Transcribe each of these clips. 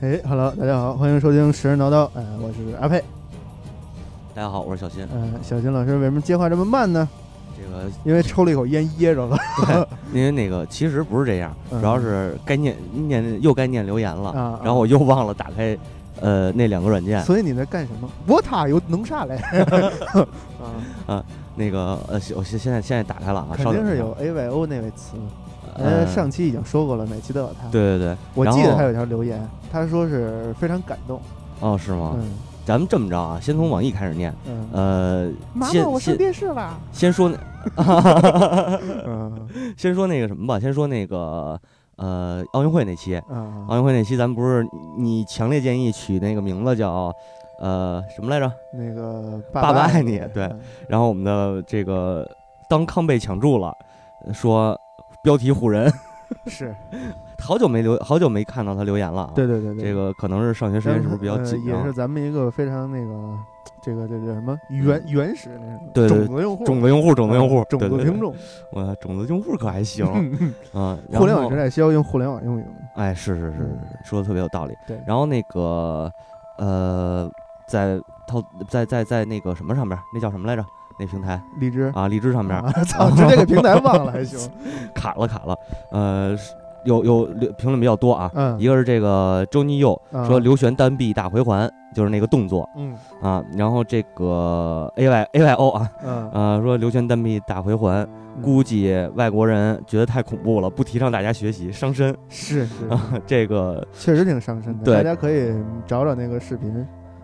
哎，Hello，大家好，欢迎收听《时人叨叨》，哎，我是阿佩。大家好，我是小新。嗯、小金老师为什么接话这么慢呢？这个因为抽了一口烟噎着了。因为那个其实不是这样，嗯主要是该念念又该念留言了，啊然后我又忘了打开呃那两个软件。所以你在干什么？我塔有能啥 嘞？啊，那个呃，我现现在现在打开了啊，肯稍等定一是下有。A Y O 那位词，呃，呃，上期已经说过了，每期都有他。，对对对，我然记得后他有条留言，他说是非常感动。哦是吗？嗯咱们这么着啊，先从网易开始念。嗯，呃，妈妈，我先上先电视了。先说嗯先说那个什么吧，先说那个呃奥运会那期，啊，奥运会那期咱们不是你强烈建议取那个名字叫呃什么来着？那个爸爸爸爱你对嗯然后我们的这个当康被抢注了，呃说标题唬人， 啊是，好久没留，好久没看到他留言了啊。对对对对，这个可能是上学时间是不是比较呃紧也张是？咱们一个非常那个这个这个什么原嗯原始那种对对种子用户，呃种子用户，种子用户啊，种对子对对听众。我种子用户可还行啊。然嗯互联网后时代需要用互联网用语嘛？哎，是是是是嗯，说的特别有道理。对然后那个呃，在套在在在那个什么上面，那叫什么来着？那平台荔枝啊，荔枝上面、 啊，操，直接给 平台忘了还行。卡了卡了，呃，是有有留评论比较多啊。嗯，一个是这个周尼佑啊说刘璇单臂大回环，就是那个动作嗯啊，然后这个 A Y A Y O 啊，嗯，呃，说刘璇单臂大回环，估计外国人觉得太恐怖了，不提倡大家学习，伤身是是，啊。这个确实挺伤身的。对大家可以找找那个视频，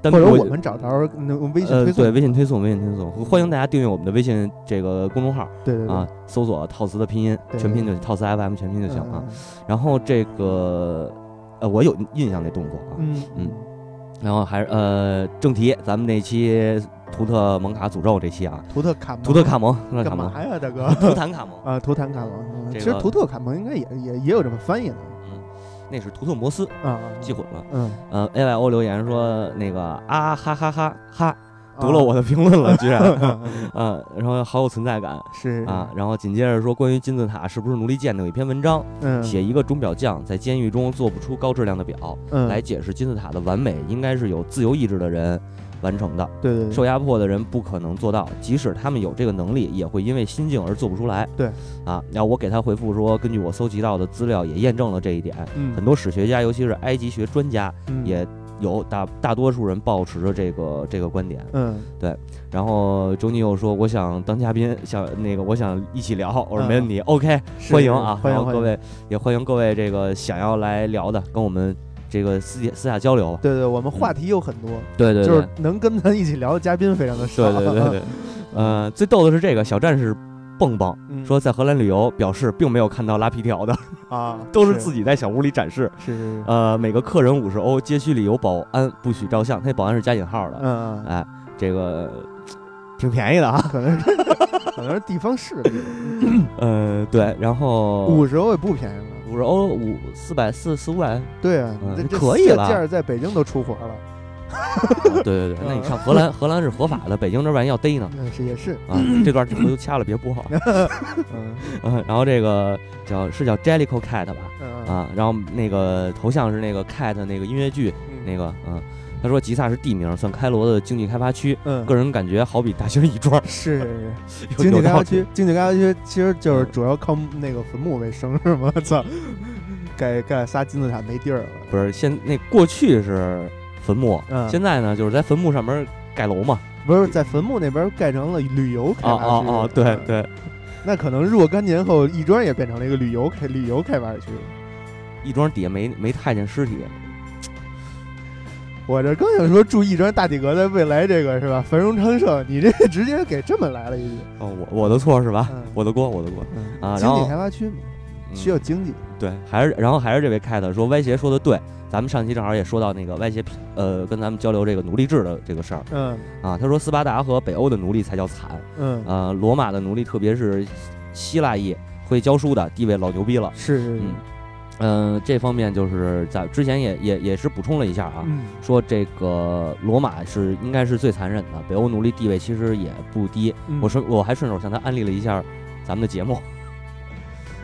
单臂或者我我们找到那微信呃推对送。微信推送，微信推送，欢迎大家订阅我们的微信这个公众号对对对啊，，搜索“套词”的拼音，嗯对全拼就套词 FM 全拼就行啊。嗯。然后这个呃，我有印象那动作啊，嗯嗯然后还是呃正题，咱们那期图特蒙卡诅咒这期啊，图特卡蒙图特卡蒙，图特卡干蒙，嘛呀，大哥？图坦卡蒙，啊，图坦卡蒙，嗯这其个实图特卡蒙应该也也也有这么翻译的那是图特摩斯，啊。记混了。嗯，呃，A Y O 留言说那个啊哈哈哈哈，啊读了我的评论了，居然， 嗯嗯，然后好有存在感是啊。，然后紧接着说关于金字塔是不是奴隶建的有一篇文章，嗯，写一个钟表匠在监狱中做不出高质量的表，嗯来，解释金字塔的完美应该是有自由意志的人完成的。对对对，受压迫的人不可能做到，即使他们有这个能力，也会因为心境而做不出来。对，啊，然后我给他回复说，根据我搜集到的资料也验证了这一点。嗯很多史学家，尤其是埃及学专家，嗯也有大大多数人抱持着这个这个观点。嗯然后周尼又说，我想当嘉宾，想那个我想一起聊。我说嗯没问题、o k 是欢迎啊，欢然迎后各，位也欢迎各位这个想要来聊的，跟我们这个私底私下交流吧。对对，我们话题有很多，对对对，就是能跟咱一起聊的嘉宾非常的少，对对 对对，呃，最逗的是这个小战士蹦蹦。嗯说在荷兰旅游，表示并没有看到拉皮条的， 啊，都是自己己在小屋里展示。是是是，呃，每个客人五十欧，街区里有保安，不许照相。那保安是加引号的，嗯，嗯哎，这个挺便宜 的啊。可能是可能是地方势力，呃，对，然后五十欧也不便宜了，五十欧五四百四四五 百，对啊，嗯你这这可以这了价儿在北京都出活了， 对对对，那你上荷嗯兰，荷兰是合法的，北京这玩意要逮呢。那嗯是也 是， 啊，这段回头掐了别播啊。嗯嗯，然后这个叫是叫 Jellico Cat 吧？嗯啊，然后那个头像是那个 Cat 那个音乐剧那个个，嗯，他说吉萨是地名，算开罗的经济开发区。嗯个人感觉好比大兴一庄，是是是 有经济有开道发理嗯区，经济开发区其实就是主要靠那个坟墓为生是吗？操， 盖盖仨金字塔没地儿了，不是现那过去是坟墓，嗯现在呢就是在坟墓上面盖楼嘛。不是在坟墓那边盖成了旅游开哦发区。哦哦，对嗯。对，那可能若干年后，亦庄也变成了一个旅游开旅游开发区。亦庄底下没没太监尸体，我这刚想说住亦庄大体格在未来这个是吧繁荣昌盛，你这直接给这么来了一句。哦，我我的错是吧？嗯我的锅，我的锅。嗯啊经然济后开发区嘛，嗯需要经济。对，还是然后还是这位 Cat 说歪斜说的对，咱们上期正好也说到那个歪斜，呃，跟咱们交流这个奴隶制的这个事儿嗯啊。他说斯巴达和北欧的奴隶才叫惨，嗯，呃，罗马的奴隶特别是希腊裔会教书的地位老牛逼了。是是是嗯，嗯、这方面就是在之前也也也是补充了一下啊，嗯说这个罗马是应该是最残忍的，北欧奴隶地位其实也不低。嗯我顺我还顺手向他安利了一下咱们的节目，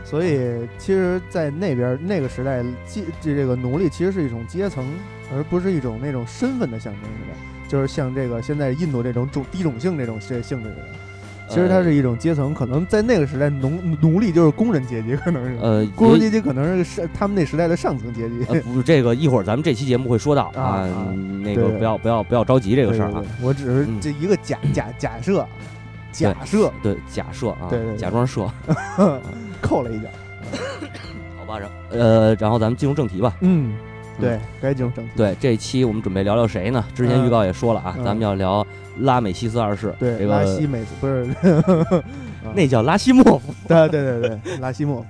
所以其实，在那边那个时代，阶这这个奴隶其实是一种阶层，而不是一种那种身份的象征，是吧？就是像这个现在印度这种种低种姓这种这性质的人，其实呃它是一种阶层，可能在那个时代，奴奴隶就是工人阶级，可能是呃，工有人阶级，可能是是他们那时代的上层阶级。呃，不是这个，一会儿咱们这期节目会说到嗯啊啊那对个对不要不要不要着急这这个事儿啊，我只是嗯这一个假假假设，假设对，假设啊对对对，假装设，扣了一脚。好吧，然后呃，然后咱们进入正题吧。嗯，对，该进入正题。对，这一期我们准备聊聊谁呢？之前嗯预告也说了啊，嗯咱们要聊拉美西斯二世，对，这拉西个美不是， 啊那叫拉西莫夫。对对对对，拉西莫夫。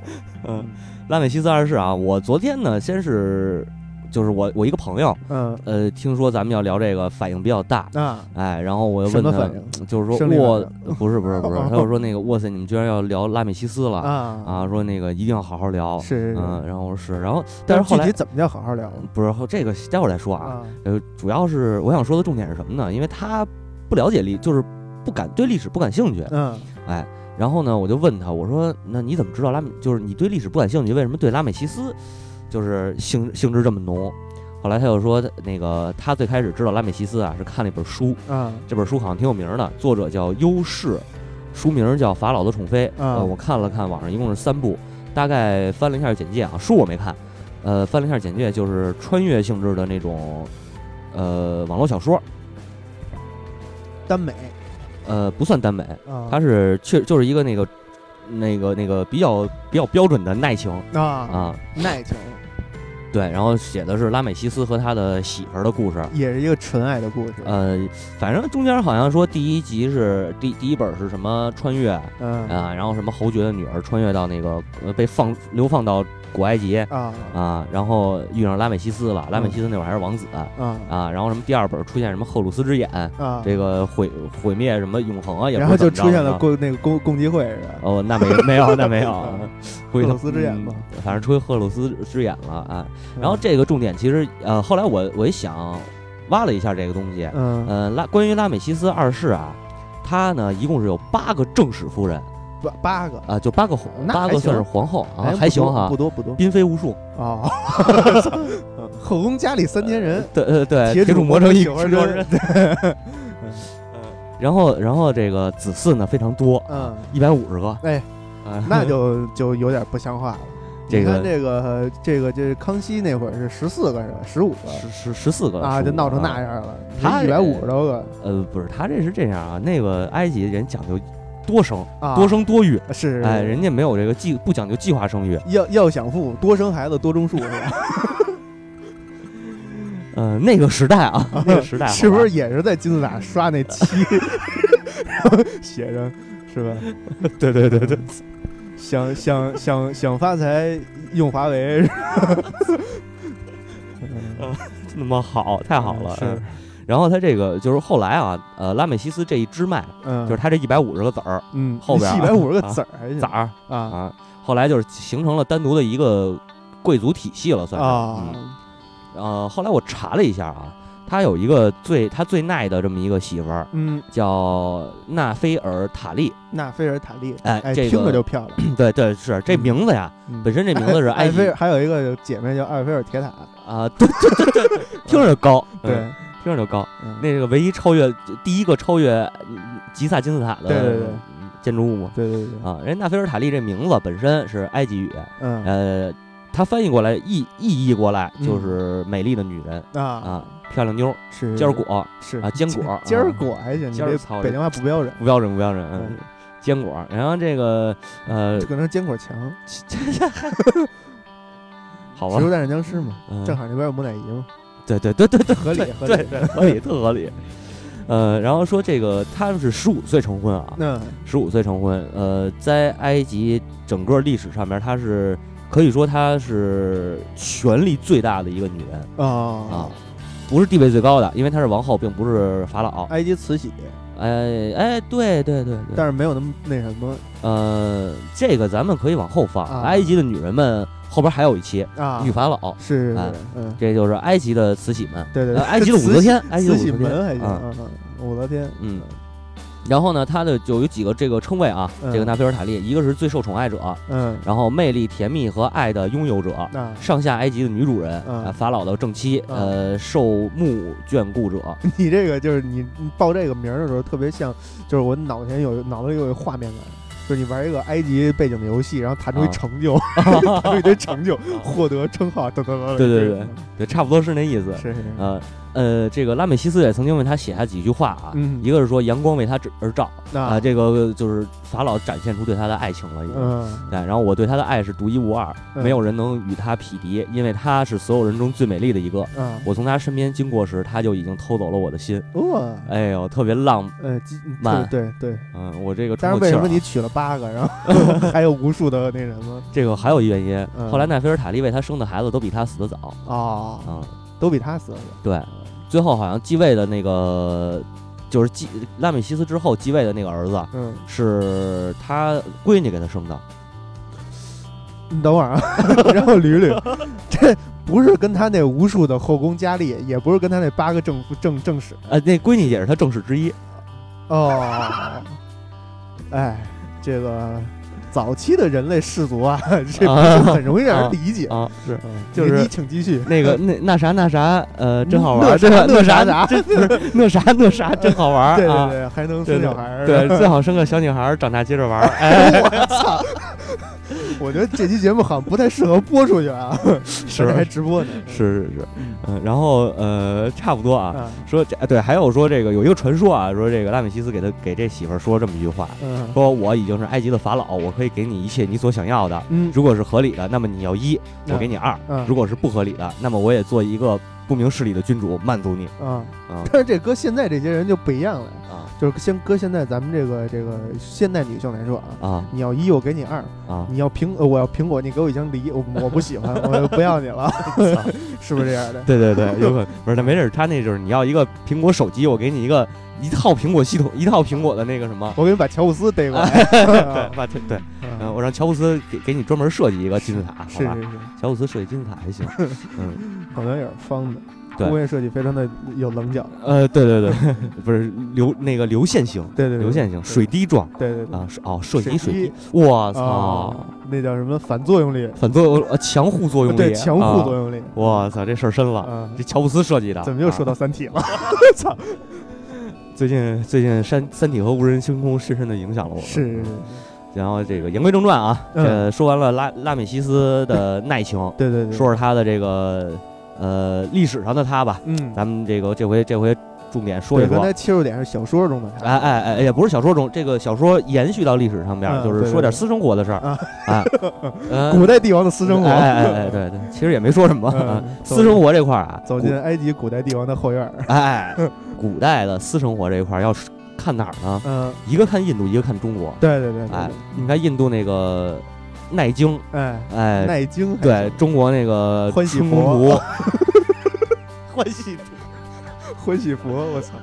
嗯，拉美西斯二世啊，我昨天呢，先是就是我我一个朋友，嗯呃，听说咱们要聊这个，反应比较大，啊，哎，然后我又什问么他反，应就是说生理反哇，不是不是不是，他就说那个哇塞，你们居然要聊拉美西斯了啊啊，说那个一定要好好聊，是是是嗯，然后我说是，然后但但是是后具来体怎么叫好好聊不是后这个待会儿再说啊，啊？呃，主要是我想说的重点是什么呢？因为他不了解历，就是不感对历史不感兴趣，嗯哎。然后呢，我就问他，我说：“那你怎么知道拉美？就是你对历史不感兴趣，为什么对拉美西斯就是兴兴致这么浓？”后来他又说，那个他最开始知道拉美西斯啊，是看了一本书，啊这本书好像挺有名的，作者叫优士，书名叫《法老的宠妃》。啊呃，我看了看，网上一共是三部，大概翻了一下简介啊，书我没看，呃，翻了一下简介，就是穿越性质的那种，呃，网络小说，耽美呃，不算耽美，啊，它是确就是一个那个那个那个比较比较标准的耐情啊啊，耐情，对，然后写的是拉美西斯和他的媳妇儿的故事。也是一个纯爱的故事。呃，反正中间好像说第一集是第第一本是什么穿越，嗯啊，然后什么侯爵的女儿穿越到那个呃被放流放到古埃及啊啊，然后遇上拉美西斯了，拉美西斯那会儿还是王子啊，啊然后什么第二本出现什么赫鲁斯之眼，啊，这个毁毁灭什么永恒啊，也不然是后怎就么着出现了啊共那个共共济会是吧？哦，那没没有那没 有嗯，回赫头鲁斯之眼吧嗯反正出赫鲁斯之眼了啊。然后嗯这个重点其实呃，后来我我一想挖了一下这个东西，嗯，呃，拉关于拉美西斯二世啊，他呢一共是有八个正史夫人。八八个，啊，就八个哦皇，那八还个算行是皇后啊哎，还不行多哈不，多不多嫔妃 无数，哦，后宫佳丽三千人，对呃对，铁铁杵杵磨成成一九石十头针人。 然后然后这个子嗣呢非常多，嗯，一百五十个，哎啊，那就 就有点不像话了。这你个看这个这个这康熙那会儿是十四个是吧？十五个十十十四个啊， 15就闹成那啊。样了，他一百五十多个呃，不是，他这是这样啊，那个埃及人讲究多生啊，多生多育，是是哎，是人家没有这个计不讲究计划生育，要要想富，多生孩子多种树是吧？呃，那个时代 啊，那个时代好吧是不是也是在金字塔刷那 漆，然后写着是吧？对对对对，想想想想发财用华为，是吧嗯那么好， 太好了。是嗯然后他这个就是后来啊，呃，拉美西斯这一支脉，嗯，就是他这一百五十个子儿，嗯后边啊一百五十个子儿还崽行儿啊啊，后来就是形成了单独的一个贵族体系了，算是。嗯，啊呃，后来我查了一下啊，他有一个最他最耐的这么一个媳妇儿，嗯，叫纳菲尔塔利。 纳菲尔塔利，哎哎，这个听着就漂亮。对对，是这名字呀，嗯本身这名字是 艾埃及菲尔，还有一个姐妹叫艾菲尔铁塔，啊， 对对对对，听着就高，对嗯，，听着就高。嗯那个唯一超越第一个超越嗯吉萨金字塔对对的对建筑物嘛。对对对，啊，人家纳菲尔塔利这名字本身是埃及语，嗯呃，它翻译过来意意译过来嗯就是美丽的女人、啊啊，漂亮妞儿，是尖儿果是啊坚 果啊尖儿果还行，你尖儿这操北京话不标准，不标准不标准，嗯嗯，坚果。然后这个呃， 可能是坚果强，好吧植，物蛋染僵尸嘛，嗯正好那边有木乃伊嘛，对对对对对，合理对合理对。对 合理特合理。呃，然后说这个他们是十五岁成婚啊，那十五岁成婚。呃，在埃及整个历史上面，她是可以说她是权力最大的一个女人啊啊，，不是地位最高的，因为她是王后，并不是法老。埃及慈禧，哎哎，对对对对，但是没有那么那什么呃，这个咱们可以往后放。啊埃及的女人们后边还有一期啊女，法老，是是哎是，嗯，这就是埃及的慈禧们，对对呃对， 埃及的武则天，埃及的慈禧，慈武禧则天门还行，啊，嗯嗯嗯，武则天，嗯。然后呢，他的就有几个这个称谓啊，嗯这个纳菲尔塔利，一个是最受宠爱者，嗯，然后魅力、甜蜜和爱的拥有者，那上下埃及的女主人，嗯呃法老的正妻，嗯呃，受牧眷顾者， 你这个就是你你报这个名儿的时候，特别像，就是我脑前有脑子里有画面感，就是你玩一个埃及背景的游戏，然后弹出一啊成就， 弹出一堆成就，获得称号，等等等等。对对对对，差不多是那意思。是是是，呃呃，这个拉美西斯也曾经为他写下几句话啊，嗯一个是说阳光为他而照啊、那这个就是法老展现出对他的爱情了，已经。嗯对，然后我对他的爱是独一无二，嗯没有人能与他匹敌，因为他是所有人中最美丽的一个。啊，我从他身边经过时，他就已经偷走了我的心。哇，哎呦，特别浪，呃，几慢对对对。嗯，我这个但喘是口为气什儿么啊、你娶了八个，然后 还有无数的那什么这个还有一原因，嗯后来奈菲尔塔利为他生的孩子都比他死得早。啊，嗯，都比他死了。对，最后好像继位的那个就是继拉美西斯之后继位的那个儿子，嗯，是他闺女给他生的。你等会儿啊， 然后捋捋，这不是跟他那无数的后宫佳丽，也不是跟他那八个正夫正正室呃，那闺女也是他正室之一。哦。 哎，这个早期的人类氏族啊，这不啊是很容易让人理解。啊，是嗯就是你请继续。那个那那啥那啥，呃，真好玩那儿，啥这个那那啥啥啥真 不是那啥那啥真好 玩对儿对啊！对，还能生小孩儿。对，最好生个小女孩儿，长大接着 玩儿。哎，我操！我觉得这期节目好像不太适合播出去啊，是现在还直播呢。是是是，嗯，然后呃，差不多啊。啊，说这哎对，还有说这个有一个传说啊，说这个拉美西斯给他给这媳妇儿说这么一句话，嗯说我已经是埃及的法老，我可以给你一切你所想要的，嗯，如果是合理的，那么你要一，我给你二；嗯如果是不合理的，那么我也做一个不明事理的君主，满足你啊，啊 但是这搁现在这些人就不一样了，啊就是先搁现在咱们这个这个现代女性来说啊，啊你要一我给你二，啊！ 你要苹呃我要苹果你给我一张梨，我我不喜欢，我不要你 了，是不是这样的？对对对，有可能不是，他没事儿，他那就是你要一个苹果手机，我给你一个一套苹果系统，一套苹果的那个什么，我给你把乔布斯逮过来， 对啊吧？对对，嗯，啊我让乔布斯给给你专门设计一个金字塔，好是吧是？是，乔布斯设计金字塔 还行，嗯，好像有点方的，对工业设计非常的有棱角，呃，对对对，不是流那个流线型，对对对，流线型，水滴状对对对啊，是哦，射水击水滴滴，我啊操，，那叫什么反作用力，反作用呃强互作用力，对强互作用，用力，我操，这事儿深了，啊这，乔布斯设计的，怎么又啊说到《三体》了？操，最近最近《山三体》和《无人星空》深深的影响了我。是，然后这个言归正传啊，嗯呃，说完了拉拉美西斯的耐情，对对对，说，说他的这个呃历史上的他吧。嗯，咱们这个这回这回重点说对，一刚说。才切入点是小说中的，哎哎哎，也不是小说中，这个小说延续到历史上边嗯，就对是对说点对私生活的事儿啊 啊。呃古代帝王的私生活，哎哎哎哎，对对，其实也没说什么。啊嗯，私生活这块儿啊，走古进埃及古代帝王的后院儿，哎，古代的私生活这一块儿要是看哪儿呢？嗯，一个看印度，一个看中国。对对对，对哎，你看印度那个奈经，对哎，哎，耐经还对行，中国那个欢喜春佛宫图， 欢喜图，欢喜佛，我操，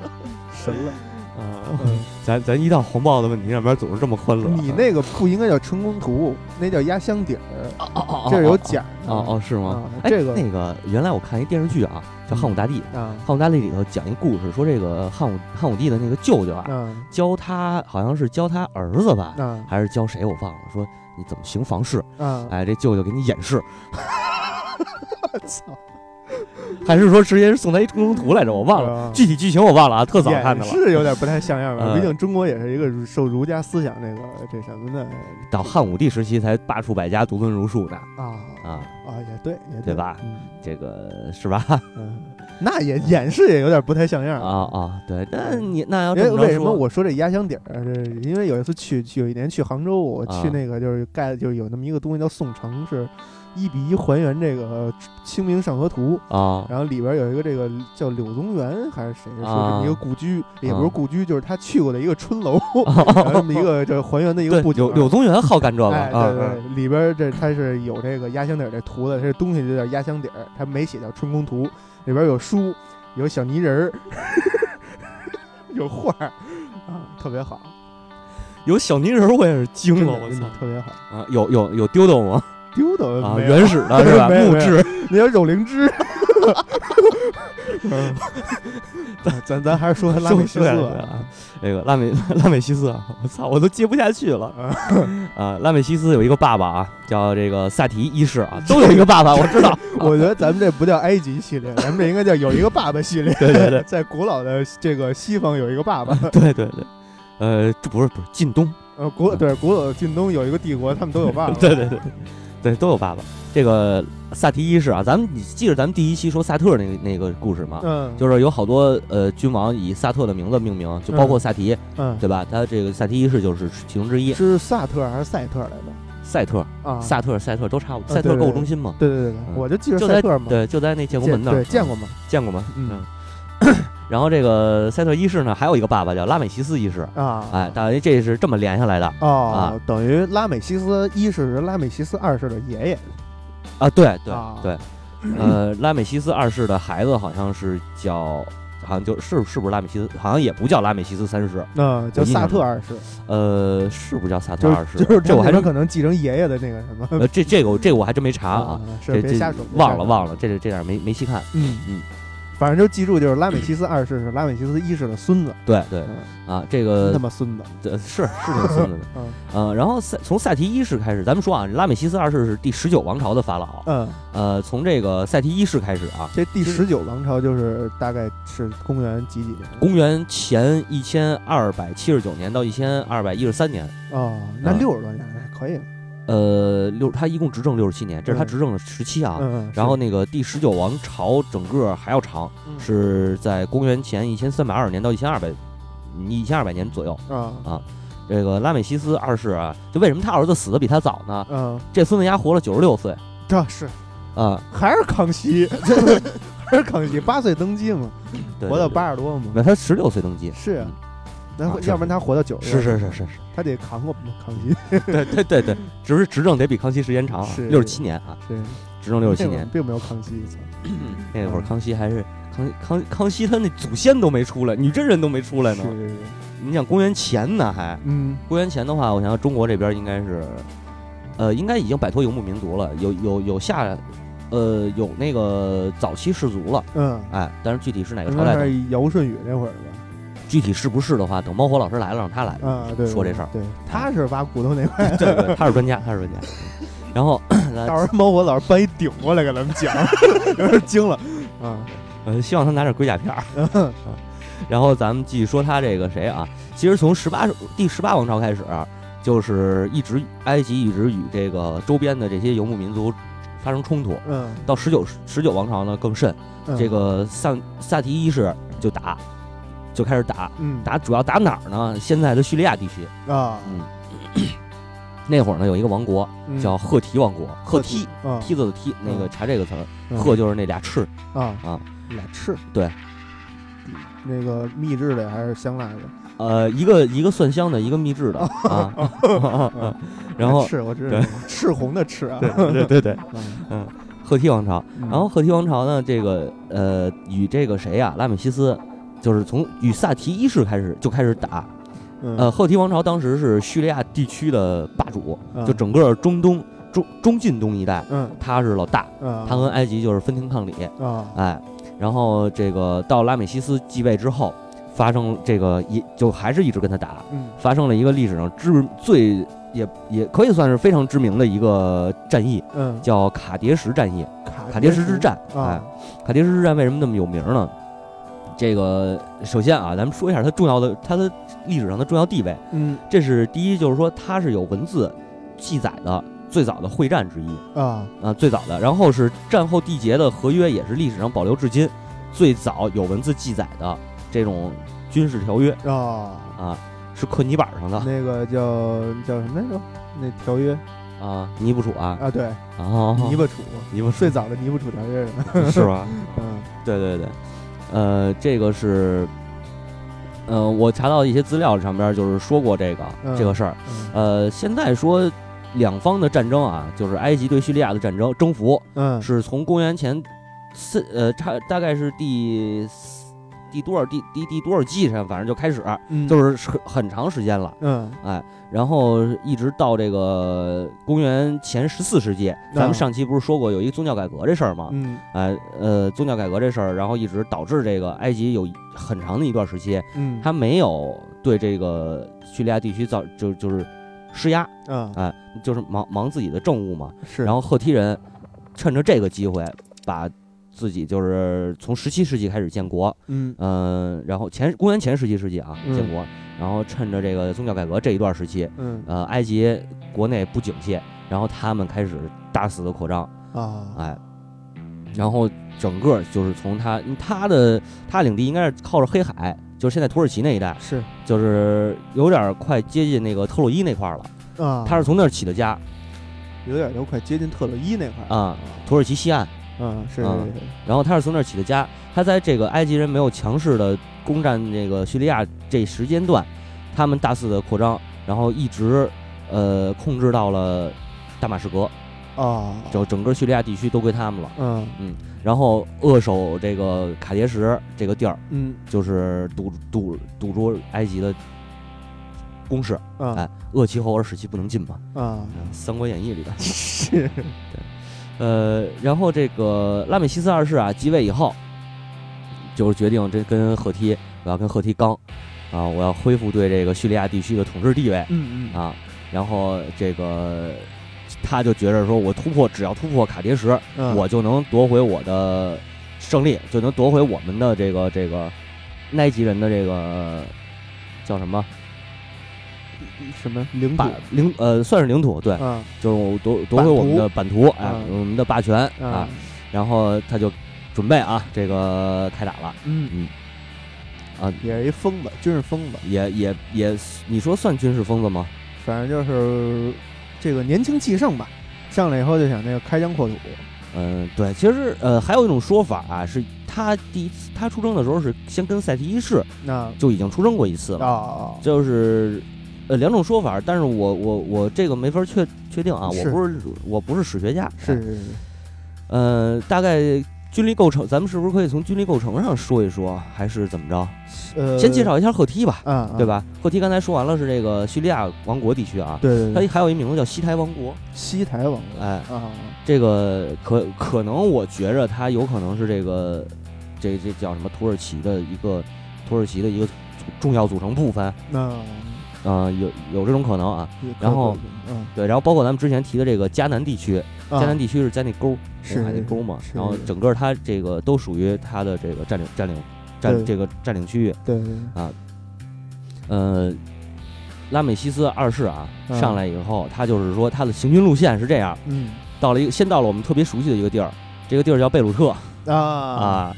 神 了，啊，嗯咱咱一到黄暴的问题上边总是这么欢乐。你那个不应该叫春宫图，那叫压箱底儿，哦哦哦这是有哦讲的哦哦是吗？啊哎这个那个原来我看一电视剧啊，叫《汉武大帝》。啊，汉武大帝里头讲一故事，说这个汉武汉武帝的那个舅舅啊，嗯教他好像是教他儿子吧，啊还是教谁我忘了，说你怎么行房事？啊，哎，这舅舅给你演示，操，还是说直接送他一春宫图来着？我忘了，了具体剧情我忘了啊，特早呃演看的了。是有点不太像样吧？ 嗯毕竟中国也是一个儒受儒家思想这个这什么的哎到汉武帝时期才罢黜百家，独尊儒术呢啊啊，啊，也对也对吧？嗯这个 是吧？嗯，那也演示也有点不太像样啊。啊，对，那你那要因为这么着为什么说我说这压箱底儿？这是因为有一次去，去有一年去杭州，我啊去那个就是盖，就是有那么一个东西叫宋城，是一比一还原这个《清明上河图》，啊然后里边有一个这个叫柳宗元还是谁，说啊这么一个故居，也啊不是故居，就是他去过的一个春 楼，然后这么一个就是还原的一对个布景柳。柳宗元好干这个哎，啊对，对，对里边这它是有这个压箱底儿这图的，它这东西就叫压箱底儿，它没写叫春宫图，里边有书，有小泥人儿， 有画儿，啊，特别好，有小泥人儿我也是惊真了，的我真操的特别好，啊！有有有丢丢吗？丢的啊， 没有，原始的是吧？没有木质那叫肉灵芝，嗯 咱咱还是 说拉美西斯吧。啊，那个拉 美拉美西斯啊，我操，我都接不下去了 啊！拉美西斯有一个爸爸啊，叫这个萨提一世 啊，都有一个爸爸，我知道。我觉得咱们这不叫埃及系列，咱们这应该叫有一个爸爸系列。 对对对，在古老的这个西方有一个爸爸，对对对，呃，这不是不是近东，呃，古对古老的近东有一个帝国，他们都有爸爸。 对对对，对都有爸爸。这个萨提一世啊，咱们你记着咱们第一期说萨特那个那个故事吗？嗯，啊就是有好多呃君王以萨特的名字命名，就包括萨提，嗯，啊对吧？他这个萨提一世就是其中之一。是萨特还是赛特来着？赛特、啊，萨特、赛特都差不多，啊赛特对对购物对中心嘛。对对对对，嗯我就记着就赛在特嘛。对，就在那建国见，门那儿，对啊见过吗？见过吗？嗯。 然后这个赛特一世呢，还有一个爸爸叫拉美西斯一世，啊，哎，啊大约这是这么连下来的哦，等于拉美西斯一世是拉美西斯二世的爷爷。啊。对对啊对，呃，拉美西斯二世的孩子好像是叫，好像就是是不是拉美西斯，好像也不叫拉美西斯三世，那嗯叫萨特二世，呃，是不是叫萨特就二是世？就是这我还是真可能继承爷爷的那个什么嗯呃，这这个我这个我还真没查啊，，是这别这瞎说，别瞎忘说了忘了，这这点儿没没细看。嗯嗯，反正就记住，就是拉美西斯二世是拉美西斯一世的孙子，对对嗯啊，这真个他妈孙子。呃是是这个孙子的嗯，呃，然后赛从赛提一世开始，咱们说啊，拉美西斯二世是第十九王朝的法老，嗯，呃，从这个赛提一世开始啊，这第其十实九王朝就是大概是公元几几年？公元前一千二百七十九年到一千二百一十三年，哦，那嗯六十多年还可以了。呃，六他一共执政六十七年，这是他嗯执政的时期啊。嗯，然后是那个第十九王朝整个还要长，嗯是在公元前一千三百二十年到一千二百一千二百年左右。啊，这个拉美西斯二世啊，就为什么他儿子死的比他早呢？嗯，这孙子丫活了九十六岁这是啊，还是康熙，还是康熙，八岁登基嘛，对活到，对八十多嘛对。那他十六岁登基，是啊嗯，那啊会是要不然他活到九十，是是是是是。 他得扛过康熙，对对对对，只是执政得比康熙时间长啊，嗯是六十七年啊，是执 政六十七那会儿年。并没有康熙，操那会儿康熙还是康康康熙，他那祖先都没出来，女真人都没出来呢是。是是，你想公元前呢还？嗯，公元前的话，我想想中国这边应该是，呃，应该已经摆脱游牧民族了，有有有下，呃，有那个早期氏族了，嗯，哎，但是具体是哪个应朝该代的，是尧舜禹那会儿吧？具体是不是的话，等猫火老师来了，让他来啊，对，说这对事儿。嗯对，他是挖骨头那块儿，对对，他是专家，他是专家。然后，嗯 到时候猫火老师搬一顶过来给咱们讲， 有点惊了啊，呃，希望他拿点龟甲片儿。嗯嗯然后咱们继续说他这个谁啊？其实从十八第十八王朝开始，啊就是一直埃及一直与这个周边的这些游牧民族发生冲突。嗯，到十九十九王朝呢更甚，嗯这，个萨萨提一世就打，就开始打，嗯打主要打哪儿呢？现在的叙利亚地区。啊，嗯那会儿呢有一个王国嗯叫赫梯王国，赫梯啊梯子的梯，那个查这个词儿，嗯赫就是那俩翅，啊啊，俩翅，对，那个秘制的还是香辣的，呃，一个一个蒜香的，一个秘制哦的啊。 然后赤我知道对，赤红的赤哦啊， 对对对，嗯赫梯王朝。嗯然后赫梯王朝呢，这个呃，与这个谁呀、拉美西斯，就是从与萨提一世开始就开始打。呃，嗯赫梯王朝当时是叙利亚地区的霸主，嗯就整个中东、中中近东一带，嗯他是老大，嗯，他跟埃及就是分庭抗礼。啊哎，然后这个到拉美西斯继位之后，发生这个也就还是一直跟他打，嗯发生了一个历史上知最也也可以算是非常知名的一个战役，嗯，叫卡迭什战役。卡卡迭什之战，哎啊，，卡迭什之战为什么那么有名呢？这个首先啊，咱们说一下它重要的它的历史上的重要地位。嗯这是第一，就是说它是有文字记载的最早的会战之一啊啊，最早的。然后是战后缔结的合约，也是历史上保留至今最早有文字记载的这种军事条约啊，啊，是刻泥板 上的那个叫叫什么来着？那条约啊，尼布楚啊，啊，对，啊，尼巴楚，尼布楚最早的尼布楚条约是吧？是吧？ 嗯对对对，呃，这个是，呃，我查到一些资料上边儿就是说过这个、嗯这个事儿。嗯呃，现在说两方的战争啊，就是埃及对叙利亚的战争征服，嗯是从公元前四呃差大概是第第多少第第第多少季上，反正就开始，嗯，就是是很很长时间了。哎嗯然后一直到这个公元前十四世纪，咱啊们上期不是说过有一个宗教改革这事儿吗？嗯哎呃，宗教改革这事儿，然后一直导致这个埃及有很长的一段时期，嗯，他没有对这个叙利亚地区造就就是施压，啊就是忙忙自己的政务嘛。是，然后赫梯人趁着这个机会，把自己就是从十七世纪开始建国，嗯嗯、然后前公元前十七世纪啊嗯建国，然后趁着这个宗教改革这一段时期，嗯呃，埃及国内不景气，然后他们开始大肆的扩张，啊哎，然后整个就是从他他的他领地应该是靠着黑海，就是现在土耳其那一带，是就是有点快接近那个特洛伊那块儿了，啊，他是从那儿起的家，有点都快接近特洛伊那块儿啊土耳其西岸。嗯是啊然后他是从那儿起的家。他在这个埃及人没有强势的攻占这个叙利亚这时间段，他们大肆的扩张，然后一直呃控制到了大马士革，啊，整整个叙利亚地区都归他们了。嗯然后扼守这个卡迭石这个地儿，嗯就是堵堵堵住埃及的攻势。啊哎，扼其后而使其不能进嘛， 啊《三国演义》里边。 是呃，然后这个拉美西斯二世啊继位以后，就是决定这跟赫梯，我要跟赫梯刚，啊，我要恢复对这个叙利亚地区的统治地位嗯嗯啊。然后这个他就觉着说，我突破，只要突破卡迭石，嗯啊我就能夺回我的胜利，就能夺回我们的这个这个埃及人的这个叫什么嗯什么领霸领呃，算是领土，对，啊就是我夺夺回我们的版图，哎啊，我们的霸权啊啊。然后他就准备啊，这个开打了，嗯啊也是一疯子，军事疯子，也也也，你说算军事疯子吗？反正就是这个年轻气盛吧，上来以后就想那个开疆扩土，嗯，对，其实呃，还有一种说法啊，是他第一次他出征的时候是先跟赛提一世那就已经出征过一次了，啊就是呃两种说法，但是我我我这个没法确确定啊，我是不是我不是史学家，啊是是是呃，大概军力构成，咱们是不是可以从军力构成上说一说，还是怎么着？呃哎先介绍一下赫梯吧，啊对？吧？赫梯刚才说完了是这个叙利亚王国地区啊啊，对对它对，还有一名字叫西台王国，西台王国哎，啊这个可可能我觉着它有可能是这个这这叫什么土耳其的一个土耳其的一个重要组成部分，那呃，有有这种可能啊。也可然后以嗯对，然后包括咱们之前提的这个迦南地区，迦南啊地区是在那沟是红海那沟嘛，是然后整个它这个都属于它的这个占领占领对占这个占领区域。对对对呃，拉美西斯二世啊嗯上来以后，他就是说他的行军路线是这样，嗯到了一个先到了我们特别熟悉的一个地儿，这个地儿叫贝鲁特啊啊，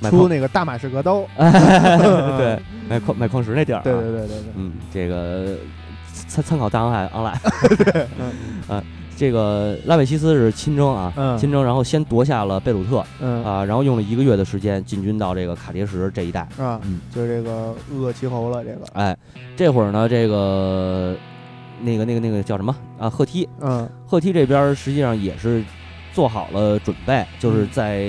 买出矿那个大马士革刀， 对买矿买矿石那地儿、啊，对对对对对，嗯，这个参参考大航海 昂莱，嗯啊，这个拉美西斯是亲征啊，嗯亲征，然后先夺下了贝鲁特嗯啊，然后用了一个月的时间进军到这个卡迭石这一带，啊嗯，就是这个恶齐侯了，这个哎，这会儿呢，这个那个那个那个叫什么啊，赫梯，嗯赫梯这边儿实际上也是做好了准备，就是嗯在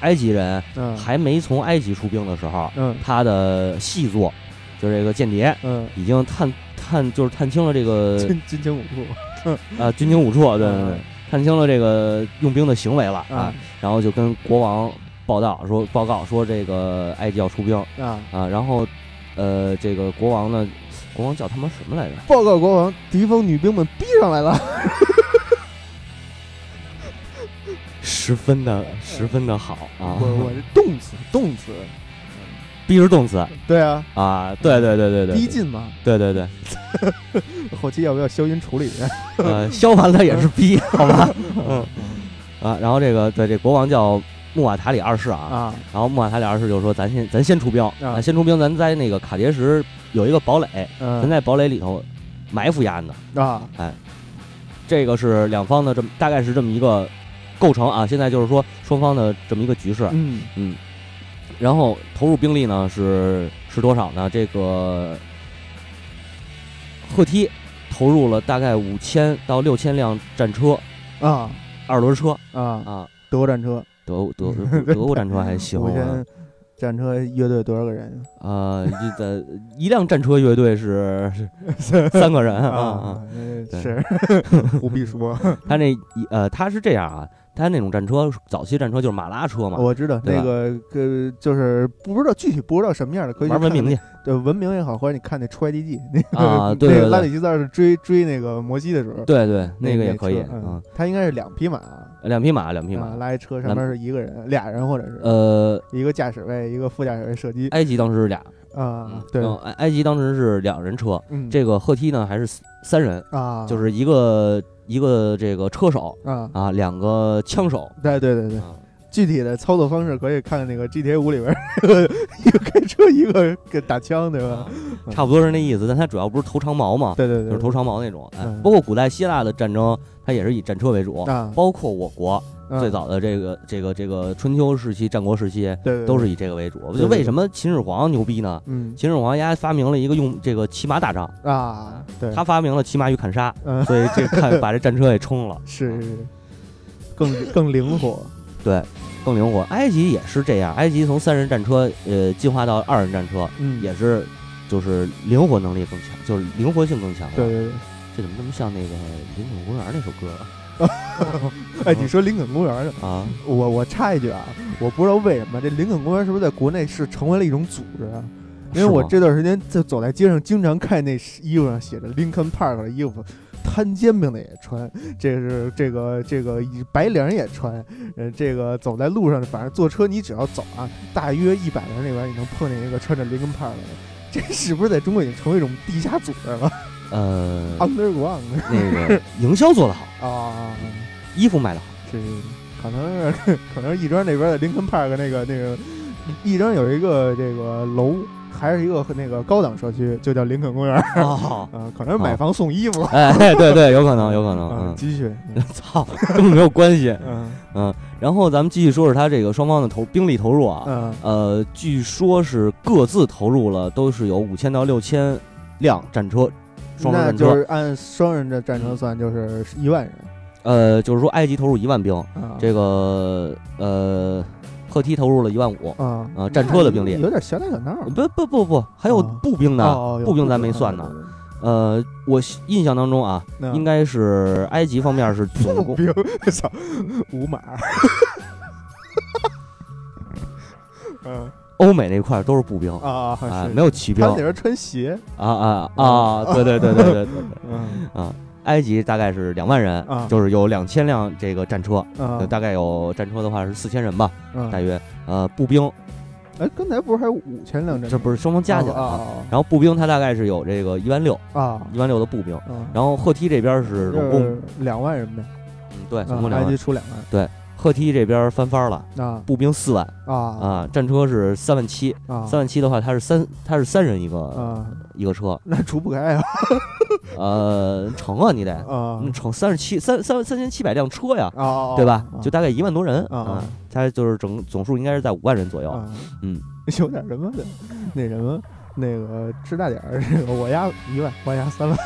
埃及人嗯还没从埃及出兵的时候，嗯他的细作就是这个间谍嗯，已经探探就是探清了这个 金金枪五处啊军情五处，对对对嗯，探清了这个用兵的行为了啊啊，然后就跟国王报道说报告说这个埃及要出兵啊！啊，然后呃这个国王呢，国王叫他妈什么来着？报告国王，敌方女兵们逼上来了。十分的十分的好呃啊，我我是动词动词，逼是动词对啊，啊，对对对对对，逼近嘛，对对对，后期要不要消音处理？呃，削完了也是逼，好 吧？嗯啊，然后这个对这国王叫穆瓦塔里二世啊，啊然后穆瓦塔里二世就说：“咱先咱先出兵啊啊，先出兵，咱在那个卡迭石有一个堡垒，咱嗯在堡垒里头埋伏丫呢。啊这个是两方的这么大概是这么一个构成啊，现在就是说双方的这么一个局势。嗯然后投入兵力呢是是多少呢？这个赫梯投入了大概五千到六千辆战车、啊二轮车啊，啊，德国战车德德德德国战车还行 五啊千战车乐队多少个人啊，一的一辆战车乐队是 是三个人啊？啊啊，那对是 不必说，他那一呃，他是这样啊，他那种战车，早期战车就是马拉车嘛，我知道对那吧个呃，就是不知道具体不知道什么样的，可以去玩文看明去对文明也好，或者你看那《出埃及记》那个 啊，对那对个拉对里。吉在是追追那个摩西的时候，对对，那那个也车可以嗯啊，，他应该是两匹马，两匹马，两匹啊马。拉一车，上面是一个人、俩人或者是呃，一个驾驶位，一个副驾驶位射击埃及当时是俩，啊嗯，对，嗯埃埃及当时是两人车，嗯，这个赫梯呢还是四三人，啊就是一个一个这个车手啊，啊，两个枪手对对对对，啊，具体的操作方式可以看那个 GTA 五里边儿 一个开车，一个给打枪，对吧？差不多是那意思。但他主要不是头长矛嘛，对嗯对对，啊就是头长矛那种。哎嗯，包括古代希腊的战争，它也是以战车为主，啊，包括我国嗯最早的这个这个这个春秋时期、战国时期，对对都是以这个为主。对就对为什么秦始皇牛逼呢？嗯秦始皇家发明了一个用这个骑马打仗，啊，对，他发明了骑马与砍杀，嗯 所以这看把这战车给冲了，是是是更更灵活，对，更灵活。埃及也是这样，埃及从三人战车呃进化到二人战车， 嗯，也是就是灵活能力更强，就是灵活性更强了。对，对对。这怎么那么像那个《林肯公园》那首歌哎，你说林肯公园呢？啊？啊我我插一句啊，我不知道为什么这林肯公园是不是在国内是成为了一种组织啊？因为是我吗这段时间在走在街上，经常看那衣服上写着林肯 Park 的衣服，摊煎饼的也穿，这是这个这个白领也穿，呃，这个走在路上，反正坐车你只要走啊，大约一百人里边你能碰见一个穿着林肯 Park 的人。 这是不是在中国已经成为一种地下组织了 呃，啊？Underground 那个营销做得好，啊，衣服卖得好。是是是，可能是 可能是亦庄那边的林肯 Park 那个那个，亦庄有一个这个楼，还是一个和那个高档社区，就叫林肯公园。啊、 哦，可能是买哦房送衣服，呃哎，对对，有可能，有可能，积蓄，嗯， 操，根本没有关系。嗯然后咱们继续说说他这个双方的投兵力投入啊，嗯呃，据说是各自投入了都是有五千到六千辆战车，双人那战就车。是按双人的战车算，就是一万人。呃，就是说埃及投入一万兵，啊，这个呃，赫梯投入了一万五，啊啊战车的兵力有点小打小闹。不不不不，还有啊步兵呢，哦，有步兵咱没算呢。呃，我印象当中啊，那应该是埃及方面是总嗯步共兵，操，五马。 嗯欧美那块儿都是步兵啊，啊，是没有骑兵他们那边穿鞋，啊啊啊！对对对对对对对嗯啊！埃及大概是两万人啊，就是有两千辆这个战车，啊呃，大概有战车的话是四千人吧，嗯大约呃步兵，哎，刚才不是还有五千辆战这车？不是双方加起来啊。啊然后步兵他大概是有这个一万六，啊啊！一万六的步兵。嗯然后赫梯这边是总共，就是两万人呗，嗯，对，总呃啊共两埃及万。出两万赫梯这边翻番了，啊步兵四万啊啊，战车是三万七，啊三万七的话，它是三，它是三人一个啊，一个车， 那除不开啊呃，乘啊，你得啊 嗯乘三十七三三三千七百辆车呀，啊，对吧啊？就大概一万多人啊啊啊，它就是整总数应该是在五万人左右。啊嗯， 有点什么的，那什么那个吃大点儿， 这个我压一万，我压三万，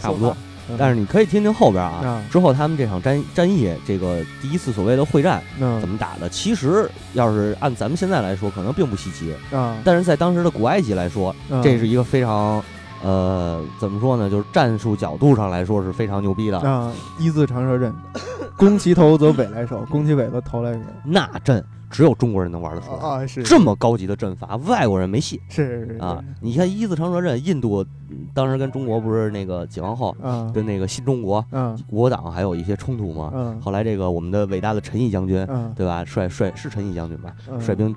差不多搜吧。嗯 但是你可以听听后边啊，啊，之后他们这场战战役，这个第一次所谓的会战那怎么打的？其实要是按咱们现在来说，可能并不稀奇，啊，但是在当时的古埃及来说，嗯这是一个非常。呃，怎么说呢？就是战术角度上来说是非常牛逼的啊一字长蛇 阵，攻其头则尾来首，攻其尾则头来尾。那阵，只有中国人能玩得 出来。啊啊是这么高级的阵法，外国人没戏是是啊！你看一字长蛇阵，印度嗯当时跟中国不是那个解放后啊跟那个新中国 嗯国党还有一些冲突吗？嗯后来这个我们的伟大的陈毅将军，嗯对吧？率率是陈毅将军吧？嗯率兵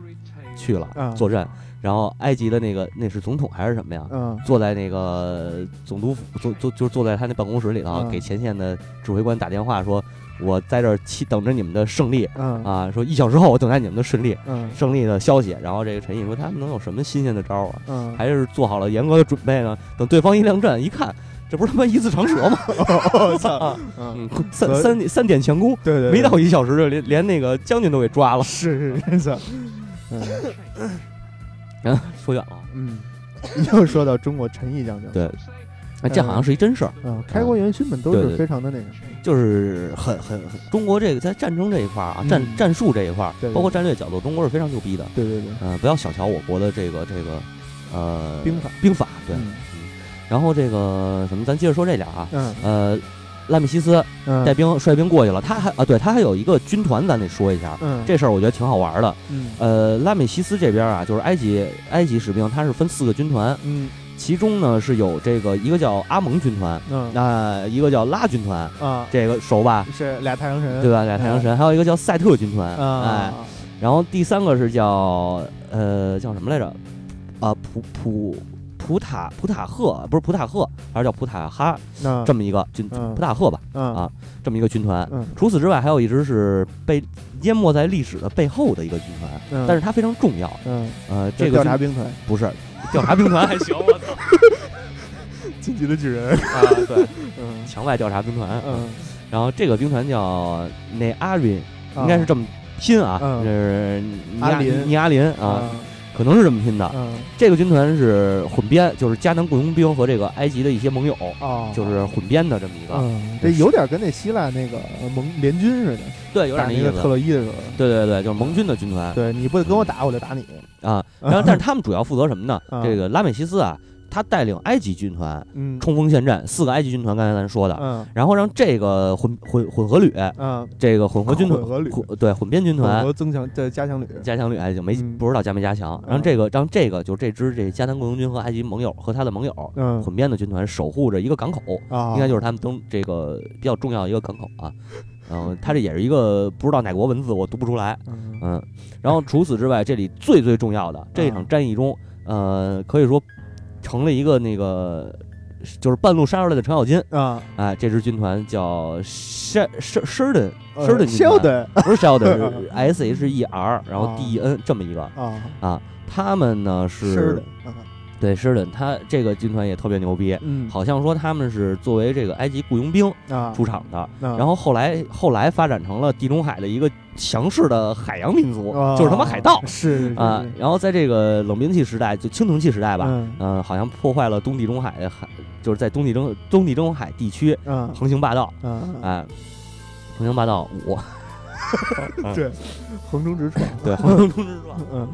去了嗯作战，然后埃及的那个那是总统还是什么呀？嗯坐在那个总督府，坐坐就是坐在他那办公室里头，嗯给前线的指挥官打电话说：“我在这儿期等着你们的胜利嗯啊！”说一小时后我等待你们的胜利。嗯胜利的消息。然后这个陈毅说他们能有什么新鲜的招儿啊？嗯，还是做好了严格的准备呢？等对方一亮阵一看，这不是他妈一字长蛇吗？我操，嗯，三三三点强攻，对对，没到一小时就连连那个将军都给抓 了。是是是， 嗯啊，说远了。 嗯，又说到中国陈毅将军，对，哎这好像是一真事儿，啊，开国元勋们都对是对非常的那个，嗯就是很很很中国这个在战争这一块儿啊，战嗯战术这一块儿对，对包括战略角度，中国是非常牛逼的。对对对，嗯，不要小瞧我国的这个这个呃兵法兵法对。嗯然后这个什么，咱接着说这俩啊，嗯呃，拉米西斯嗯，带兵率兵过去了，他还啊，对他还有一个军团，咱得说一下。嗯这事儿我觉得挺好玩的。嗯呃，拉美西斯这边啊，就是埃及埃及士兵，他是分四个军团，嗯其中呢是有这个一个叫阿蒙军团，嗯那、一个叫拉军团，啊，这个熟吧？是俩太阳神对吧？俩太阳神，还有一个叫赛特军团，哎，哎啊，然后第三个是叫呃叫什么来着？啊，普普普塔普塔赫不是普塔赫，还是叫普塔哈那这么一个军嗯普塔赫吧，啊啊这么一个军团。嗯除此之外，还有一支是被淹没在历史的背后的一个军团，嗯，但是它非常重要。嗯，呃，就这个调查军嗯兵团，不是调查兵团还行，我操 晋级的巨人，啊，对， 嗯墙外调查兵团。嗯，然后这个兵团叫内阿林，应该是这么拼啊，啊嗯就是尼阿林尼阿林啊，啊，可能是这么拼的。嗯这个军团是混编，就是迦南雇佣兵和这个埃及的一些盟友，哦，就是啊混编的这么一个。嗯，这有点跟那希腊那个呃盟联军似的，对，有打那点意个思特。洛伊的时候，对对对，就是盟军的军团对，你不跟我打，我就打你， 啊。然后，但是他们主要负责什么呢？啊这个拉美西斯啊，他带领埃及军团嗯，冲锋陷阵，四个埃及军团，刚才咱说的，嗯然后让这个混混混合旅，嗯，这个混合军团，混合旅混对混编军混团合增强的加强旅，加强旅哎，就没嗯不知道加没加强。然后这个让这个就这支这加南雇佣军和埃及盟友和他的盟友嗯混编的军团守护着一个港口，啊，应该就是他们登这个比较重要的一个港口啊。 然后它这也是一个不知道哪国文字，我读不 出来。嗯嗯，然后除此之外，这里最最重要的这一场战役中，呃，可以说成了一个那个就是半路杀出来的程咬金。啊哎，这支军团叫 She- She- Sheridan 呃 Sheridan 军团， ，Sheldon 不 是 Sheldon，是 S H E R，然后 D E N 这么一个。啊他们呢是，Sheldon，啊对 Sheridan，他这个军团也特别牛逼，嗯，好像说他们是作为这个埃及雇佣兵啊，出场的，然然后后来后来发展成了地中海的一个强势的海洋民族，啊就是他妈海盗是啊。然后在这个冷兵器时代，就青铜器时代是吧，嗯嗯，好像破坏了东地中海的海，就是在东地中东地中海地区嗯横行霸道，嗯啊，哎，横行霸道 五，对，横冲直撞，对， 横冲直撞。嗯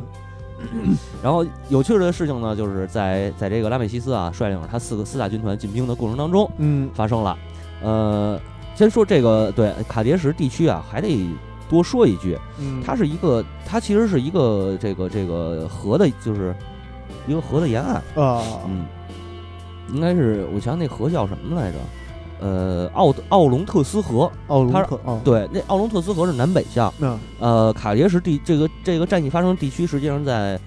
然后有趣的事情呢，就是在在这个拉美西斯啊率领着他四个四大军团进兵的过程当中嗯发生了。呃，先说这个对卡迭什地区啊，还得多说一句，嗯，它是一个，它其实是一个这个这个河的，就是一个河的沿岸，啊，嗯，应该是我想想那河叫什么来着？呃，奥奥龙特斯河，奥鲁它是克嗯啊，对，那奥龙特斯河是南北向。那呃，卡迭什地这个这个战役发生地区，实际上在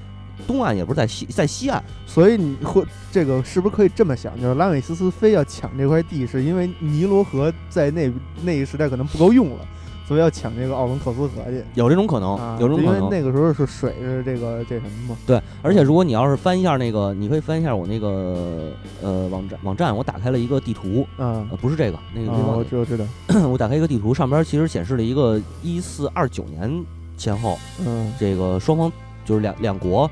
东岸，也不是在西，在西岸。所以你会这个是不是可以这么想？就是拉美西斯非要抢这块地，是因为尼罗河在那那个时代可能不够用了，所以要抢这个奥伦克斯河去。有这种可能，啊，哦有这种因可为能。那个时候是水是这个这什么嘛？对，而且如果你要是翻一下那个，你可以翻一下我那个呃网站，网站我打开了一个地图，嗯，呃，不是这个，那个啊地方、我知道知道，我打开一个地图，上边其实显示了一个一四二九年前后，嗯，这个双方就是两两国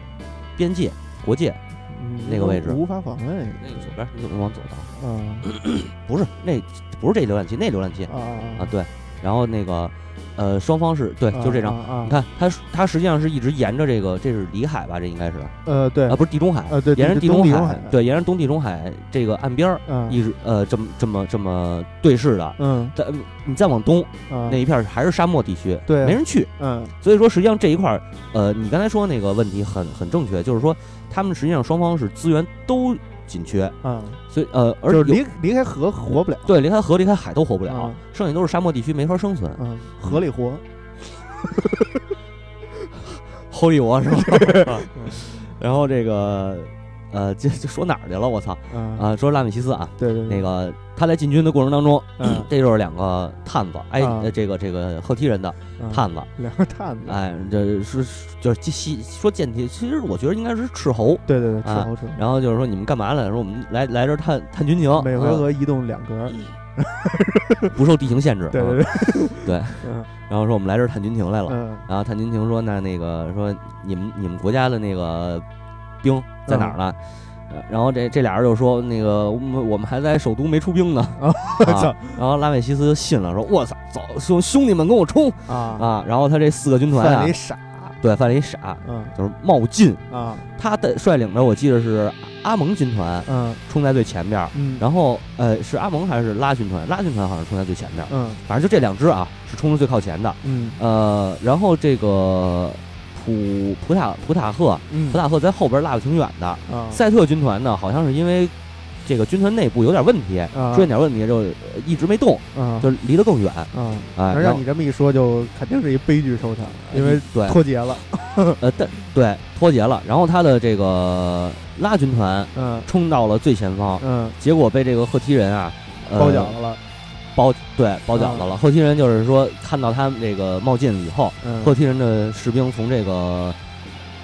边界国界嗯那个位置无法防卫，那个左边，你怎么往左倒？嗯不是那不是这浏览器，那浏览器啊啊，对，然后那个呃双方是对，就这张。啊啊你啊，看，它是它实际上是一直沿着这个，这是里海吧？这应该是啊，呃对，不是地中海，呃对沿着地地东中地中海对，沿着东地中海这个岸边儿，嗯一直呃这么这么这么对视的。嗯但你再往东啊那一片儿还是沙漠地区，对啊没人去，嗯所以说，实际上这一块儿，呃，你刚才说那个问题很很正确，就是说，他们实际上双方是资源都紧缺，啊，所以呃，而就是有离离开河活不了，对离开河、离开海都活不了，啊剩下都是沙漠地区，没法生 存。嗯，河里活，齁一我是吧？ 然后这个，呃，这这说哪儿去了？我操嗯啊！说拉美西斯啊，对对对那个他在进军的过程当中，嗯 这就是两个探子，哎，啊呃这个这个赫梯人的嗯探子，两个探子，哎，这是就是西说间谍，其实我觉得应该是斥候。对对对，吃啊好吃。然后就是说你们干嘛来了？说我们来来这儿探探军情，每回嗯合移动两格儿，不受地形限制。对对嗯对，对， 嗯然后说我们来这儿探军情来了。嗯然后探军情说那那个说你们你们国家的那个兵在哪儿呢？嗯呃然后这这俩人就说那个我们我们还在首都没出兵呢， 啊哦操然后拉美西斯就信了，说我操，走兄兄弟们跟我冲啊，啊！然后他这四个军团啊犯了一，傻，对，犯了一傻，嗯就是冒进，啊他的率领着我记得是阿蒙军团嗯冲在最前边儿，嗯，然后呃是阿蒙还是拉军团？拉军团好像冲在最前边儿，嗯反正就这两支啊是冲着最靠前的。嗯呃，然后这个普普塔普塔赫嗯普塔赫在后边落得挺远的，啊赛特军团呢好像是因为这个军团内部有点问题，啊出现点问题就呃一直没动，啊就离得更远。啊，哎，而然让后嗯你这么一说，就肯定是一悲剧收场，因为对脱节了，呃，但对脱节了。然后他的这个拉军团嗯冲到了最前方，嗯，结果被这个赫梯人啊，呃、包饺子了，包对包饺子了。赫梯人就是说看到他们这个冒进以后，嗯赫梯人的士兵从这个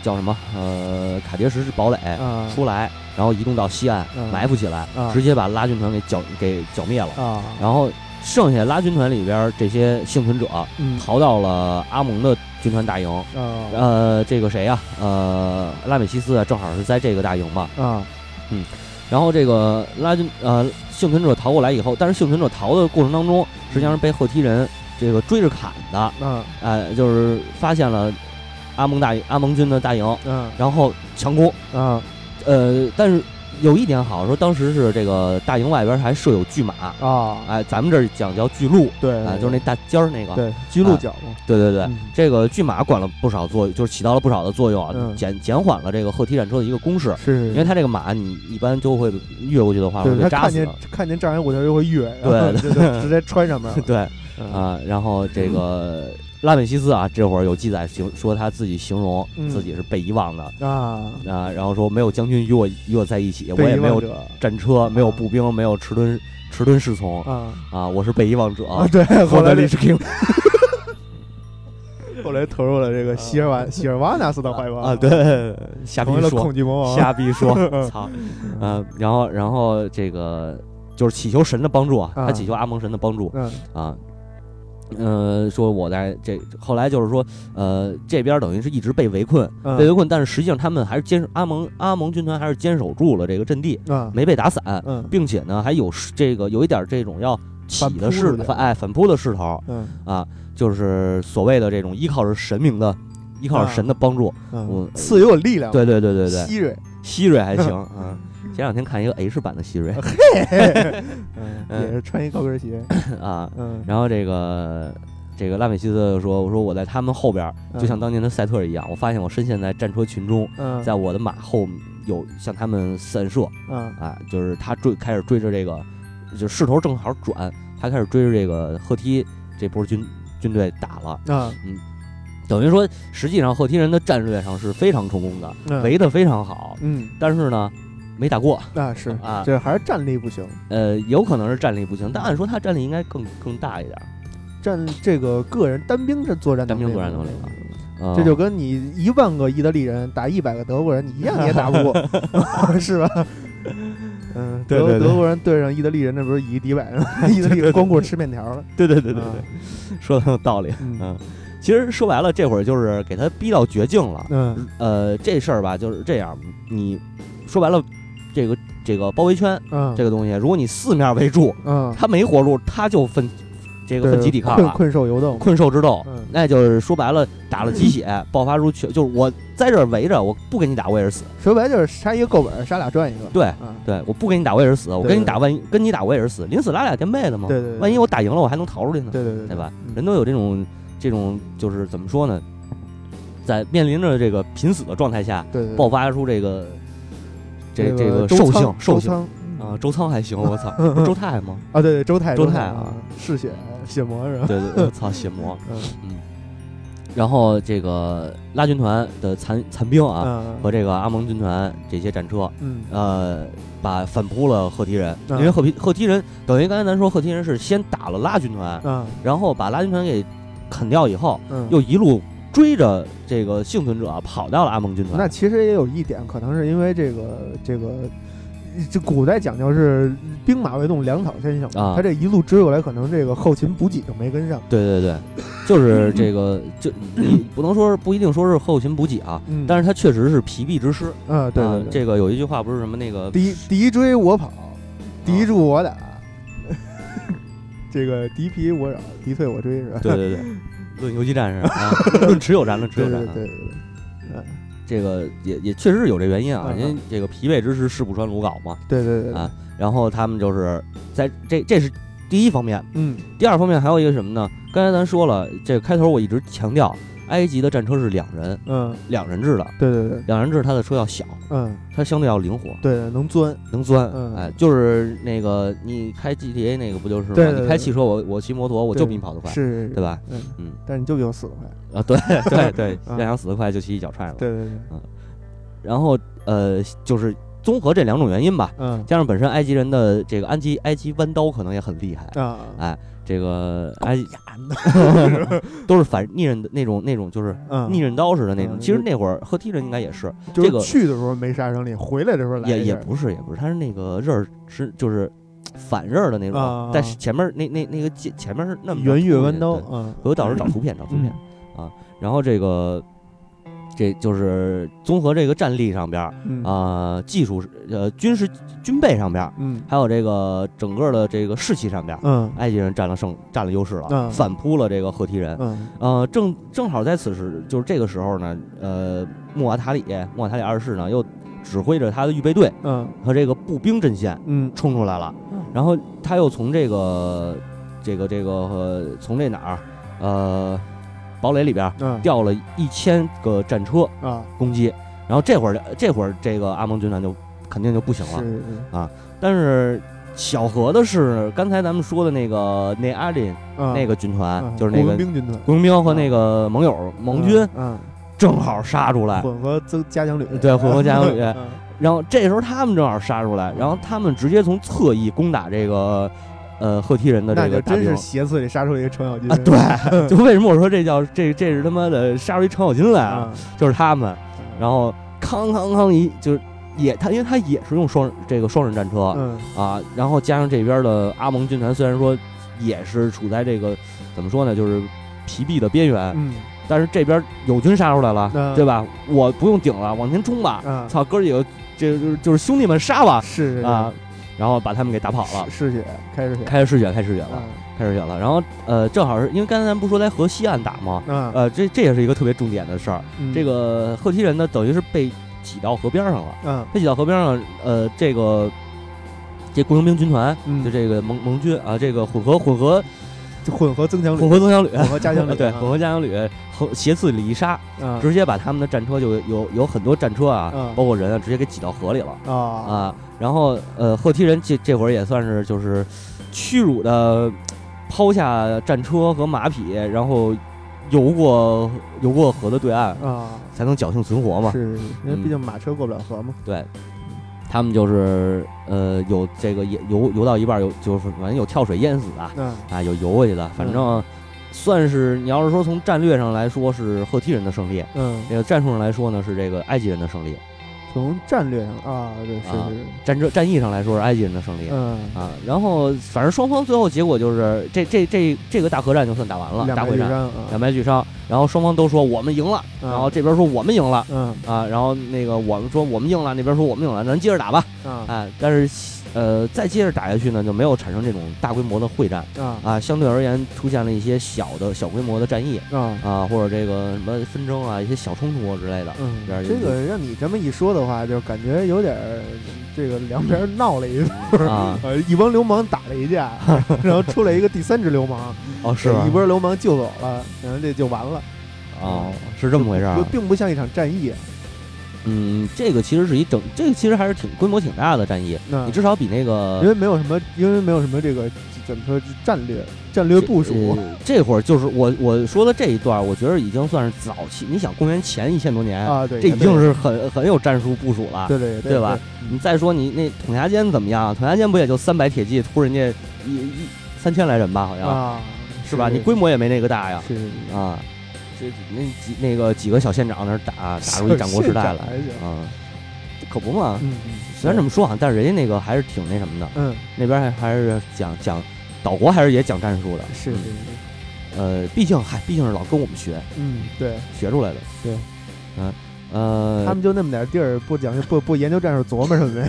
叫什么呃卡迭石堡垒啊出来，然后移动到西岸嗯埋伏起来，啊直接把拉军团给剿给剿灭了。啊，然后剩下拉军团里边这些幸存者嗯逃到了阿蒙的军团大营。啊呃，这个谁呀、呃，拉美西斯啊，正好是在这个大营嘛。啊然后这个拉军呃幸存者逃过来以后，但是幸存者逃的过程当中，实际上是被赫梯人这个追着砍的，啊呃，就是发现了阿蒙大阿蒙军的大营，嗯然后强攻。啊呃，但是有一点好，说当时是这个大营外边还设有巨马。啊，哎，咱们这儿讲叫巨鹿，对啊、就是那大尖儿那个，对居鹿角嘛，对对对，嗯这个巨马管了不少作用，就是起到了不少的作用啊，嗯减减缓了这个后踢战车的一个攻势。是，因为它这个马，你一般就会越过去的话，会对被他扎看死见的。看见障碍物他就会越，然后 对，就就直接穿上面了 对嗯啊，然后这个拉美西斯啊，这会儿有记载形说他自己形容嗯自己是被遗忘的啊，啊，然后说没有将军与我与我在一起，我被遗也没忘有者战车，没有步兵，没有迟钝迟钝侍从啊啊，我是被遗忘者。啊，对， 后后来来这历史 King 后来投入了这个席尔瓦席尔瓦纳斯的怀抱啊，对， 瞎逼成为了说恐，惧魔王，瞎 逼说，操，嗯，然后然后这个就是祈求神的帮助啊，啊他祈求阿蒙神的帮助嗯啊，呃，说我在这后来就是说，呃，这边等于是一直被围困， 嗯被围困，但是实际上他们还是坚阿蒙阿蒙军团还是坚守住了这个阵地，啊没被打散，嗯并且呢还有势这个有一点这种要起反扑的势出去，哎反扑的势头嗯啊，就是所谓的这种依靠着神明的。依靠着啊神的帮助，嗯我，赐予我力量，对对对对对，希瑞，希瑞 还行啊。前两天看一个 H 版的希瑞 嗯，嗯也是穿一高跟鞋，啊，嗯，然后这个这个拉美西斯就说：“我说我在他们后边儿，嗯就像当年的赛特一样，我发现我深陷在战车群中，嗯在我的马后有向他们散射嗯啊，就是他追开始追着这个，就势头正好转，他开始追着这个赫梯这波军军队打了。啊等于说，实际上赫梯人的战略上是非常成功的，嗯围得非常好，嗯，但是呢，没打过。”那是啊这还是战力不行，呃，有可能是战力不行，但按说他战力应该更更大一点儿。战这个个人单兵这作战单兵能力作战能力啊呃、这就跟你一万个意大利人打一百个德国人，你一样也打不 过，是吧？嗯，对德对对德国人对上意大利人，那不是以一敌百吗？ 意大利人光顾着吃面条了。对对对对啊对，嗯说的很有道理。嗯嗯，其实说白了，这会儿就是给他逼到绝境了。嗯呃，这事儿吧就是这样，你说白了，这个这个包围圈嗯，这个个东西，如果你四面围住，嗯，他没活路，他就分这个对分集体抗困了。困兽犹斗。困兽之斗嗯，那就是说白了，打了鸡血，爆发出全，就是我在这儿围着，我不给你打我也是死，说白就是杀一个够本儿，杀俩赚一个。对啊，对，我不给你打我也是死，我对跟你对打万一跟你打我也是死，临死拉俩垫背的嘛。对对对万一我打赢了，我还能逃出去呢，对对对对吧？嗯人都有这种这种，就是怎么说呢，在面临着这个濒死的状态下，对对，爆发出这个这这这个个周兽仓性兽周性仓啊，周仓还行，我 操，不是周泰吗？啊，对对，周泰周泰泰啊啊，嗜血血魔是吧？对对对，我操，血魔。嗯然后这个拉军团的残残兵啊，嗯和这个阿蒙军团这些战车，嗯呃，把反扑了赫梯人，嗯因为赫皮赫梯人等于刚才咱说赫梯人是先打了拉军团，嗯然后把拉军团给啃掉以后，嗯，又一路追着这个幸存者跑到了阿蒙军团。那其实也有一点，可能是因为这个这个这古代讲究是兵马未动，粮草先行嘛啊他这一路追过来，可能这个后勤补给就没跟上。对对对，就是这个，就你不能说不一定说是后勤补给啊，嗯，但是他确实是疲弊之师。嗯，对啊对对，这个有一句话不是什么 那个敌敌追我跑，啊敌住我打， 这个敌疲我扰，敌退我追是吧？对对对，论游击战士啊，论持久战，论持对久对战对啊，对对，这个也也确实是有这原因啊，嗯嗯因为这个疲惫之师誓不穿鲁缟嘛。对对对对，啊然后他们就是在这这是第一方面，嗯第二方面还有一个什么呢？刚才咱说了，这个开头我一直强调，埃及的战车是两人嗯，两人制的，对对对，两人制它的车要小，嗯它相对要灵活，对对，能钻，能钻。嗯哎，就是那个你开 GTA 那个不就是吗？对对对你开汽车，我我骑摩托，我对就比你跑得快，是，对？吧？嗯嗯但是你就比我死得快，啊， 对对对，嗯要想死得快就骑一脚踹了。对对对，然后呃，就是综合这两种原因吧，嗯加上本身埃及人的这个埃及埃及弯刀可能也很厉害，啊，哎，这个埃及 都是反逆刃的那种那种就是嗯，逆刃刀似的那种。嗯其实那会儿赫梯人应该也是，就这是个去的时候没杀伤力，回来的时候来也一也下不是也不是，他是那个刃儿是就是反刃儿的那啊啊种，啊在前面那那那个剑前面是那么着圆月突弯进刀嗯对啊，回头到时候找图片找图片。啊然后这个这就是综合这个战力上边儿嗯啊、技术呃军事军备上边儿，嗯还有这个整个的这个士气上边儿。嗯埃及人占了胜，占了优势了，嗯反扑了这个赫梯人。嗯呃，正正好在此时，就是这个时候呢，呃，穆瓦塔里穆瓦塔里二世呢，又指挥着他的预备队嗯和这个步兵阵线嗯冲出来了，然后他又从这个这个这个、呃、从这哪儿呃堡垒里边儿嗯调了一千个战车啊，攻击，然后这会儿这会儿这个阿蒙军团就肯定就不行了，是是但是。巧合的是，刚才咱们说的那个内阿林啊那个军团，啊就是那雇个佣兵啊军团。雇佣兵和那个盟友盟军，嗯，正好杀出嗯来，混合增加强旅，对混 合加 强旅嗯然后这时候他们正好杀出来，然后他们直接从侧翼攻打这个呃赫梯人的那这就个大真兵是斜刺里杀出了一个程咬金啊，对， 就为什么我说这叫这这是他妈的杀出一程咬金来啊，啊，就是他们，然后康康康一就是也他因为他也是用双这个双人战车嗯啊，然后加上这边的阿蒙军团虽然说也是处在这个怎么说呢，就是疲弊的边缘，嗯但是这边友军杀出来了，嗯对吧？我不用顶了，往前冲吧！啊，操、哥几个，这就是就是兄弟们杀吧！是是是啊，然后把他们给打跑了是，是血开始血， 开始嗜血，开始嗜血了，嗯开始嗜血了。然后呃，正好是因为刚才咱不说在河西岸打吗？啊，呃，这这也是一个特别重点的事儿。嗯这个赫梯人呢，等于是被挤到河边上了。啊被挤到河边上，呃，这个这雇佣兵军团，嗯就这个盟盟军啊，这个混合混合就混合增强旅混合增强旅，嗯混合加强旅，对，啊 混合加强旅和斜刺里一杀，啊直接把他们的战车就有有很多战车啊，嗯包括人啊，直接给挤到河里了啊啊。然后呃，赫梯人这这会儿也算是就是屈辱的抛下战车和马匹，然后游过游过河的对岸，啊，才能侥幸存活嘛。是是，是因为嗯毕竟马车过不了河嘛，对，他们就是呃有这个也游游到一半儿有就是反正有跳水淹死的嗯啊，有游过去的，反正算是你要是说从战略上来说是赫梯人的胜利。嗯，这个战术上来说呢，是这个埃及人的胜利；从战略上啊，对是啊是，是战争战役上来说是埃及人的胜利、嗯，啊。然后反正双方最后结果就是这这这这个大合战就算打完了，两大百会一战啊两，败俱伤。然后双方都说我们赢了，嗯然后这边说我们赢了嗯啊，然后那个我们说我们赢了，那边说我们赢了，咱接着打吧啊啊。但是呃，再接着打下去呢，就没有产生这种大规模的会战啊啊，相对而言出现了一些小的小规模的战役啊。啊，或者这个什么纷争啊，一些小冲突之类的。嗯边儿，有这个让你这么一说的话，就感觉有点儿这个两边儿闹了一波儿 啊呃，一帮流氓打了一 架，然后出来一个第三只流 氓，哦，是吗一波流氓救走了，然后这就完了，哦，是这么回事儿啊就。并不像一场战役。嗯，这个其实是一整，这个其实还是挺规模挺大的战役，那你至少比那啊因个为没有什么，因为没有什么这个怎么说战略战略部署，呃这会儿就是我我说的这一段，我觉得已经算是早期。你想，公元前一千多年，啊，对，这已经是很很有战术部署了。对对对吧？你再说你那统辖间怎么样？统辖间不也就三百铁骑突人家一一三千来人吧，好对像、啊，是吧？你规模也没那个大呀，是是啊，这那几那个几个小县长那儿打打入一战国时代了还行，啊。可不嘛。嗯嗯，虽然这么说啊，但是人家那个还是挺那什么的，嗯，那边还还是讲讲岛国还是也讲战术的，是是嗯是，呃，毕竟嗨，毕竟是老跟我们学嗯，对，学出来的，对，嗯呃，他们就那么点地儿，不讲究，不不研究战术，琢磨什么呀？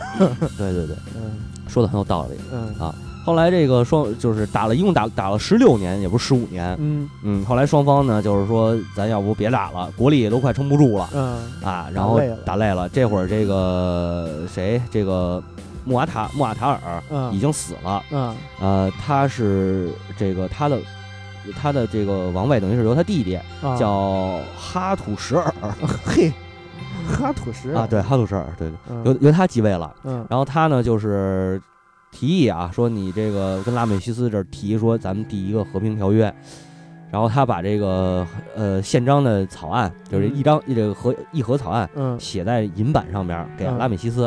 对对对，嗯说的很有道理。嗯后来这个双就是打了，一共打打了十六年，也不是十五年，嗯嗯，后来双方呢就是说，咱要不别打了，国力也都快撑不住了嗯，啊，然后打累了打累了，这会儿这个谁，这个穆瓦塔穆瓦塔尔已嗯经死了，嗯呃，他是这个他的他的这个王位等于是由他弟弟啊，叫哈土什尔嘿，哈土石啊，，对哈土什尔，对啊对，嗯由由他继位了。嗯然后他呢就是提议啊，说你这个跟拉美西斯这儿提议说咱们第一个和平条约，然后他把这个呃宪章的草案，就是一张、这个和议和草案嗯写在银板上边儿给嗯拉美西斯，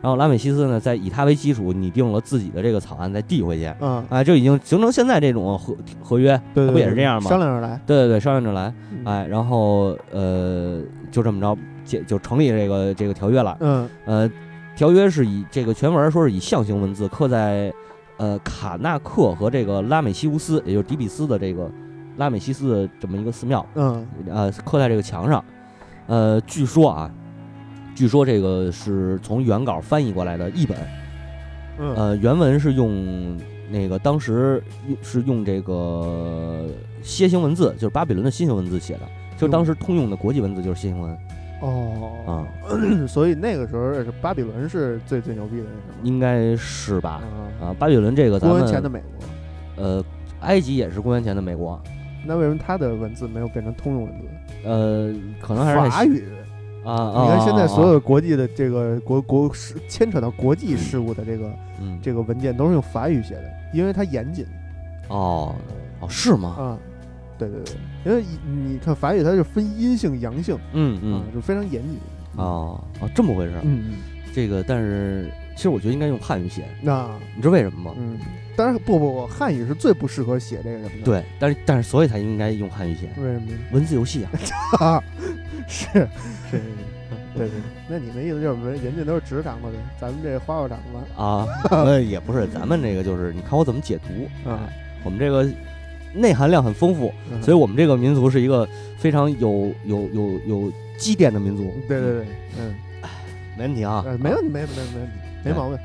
然后拉美西斯呢再以它为基础拟定了自己的这个草案再递回去。嗯，哎，就已经形成现在这种合合约，对对，不也是这样吗商量着来，对对对，商量着来，嗯，哎，然后呃，就这么着，解就成立这个这个条约了。嗯呃，条约是以这个全文说是以象形文字刻在呃卡纳克和这个拉美西乌斯，也就是底比斯的这个拉美西斯的这么一个寺庙，嗯呃，刻在这个墙上。呃，据说啊，据说这个是从原稿翻译过来的译本，嗯呃，原文是用那个当时用是用这个楔形文字，就是巴比伦的楔形文字写的，就当时通用的国际文字就是楔形文哦，啊、所以那个时候是巴比伦是最最牛逼的，那应该是吧？什么，啊，巴比伦这个咱公们元前的美国，呃，埃及也是公元前的美国，那为什么他的文字没有变成通用文字？呃，可能还是那法语，啊啊！你看现在所有有国际的这个国国事牵扯到国际事务的这个嗯这个文件都是用法语写的，因为它严谨哦哦是吗？啊。对对对，因为你你看法语它是分阴性阳性嗯啊，嗯就非常严谨。哦哦这么回事儿。嗯，这个但是其实我觉得应该用汉语写，那你知道为什么吗？嗯，当然不不不，汉语是最不适合写这个什么的。，对，但是但是所以才应该用汉语写为什么？文字游戏啊。啊， 是是是，对对。那你的意思就是文人家都是直肠子的，咱们这花花肠子 啊，呃，也不是，咱们这个就是，你看我怎么解读啊哎我们这个内涵量很丰富，嗯所以我们这个民族是一个非常有有有有积淀的民族。对对对，嗯，没问题啊哎呃，没问题，没没没没没毛病。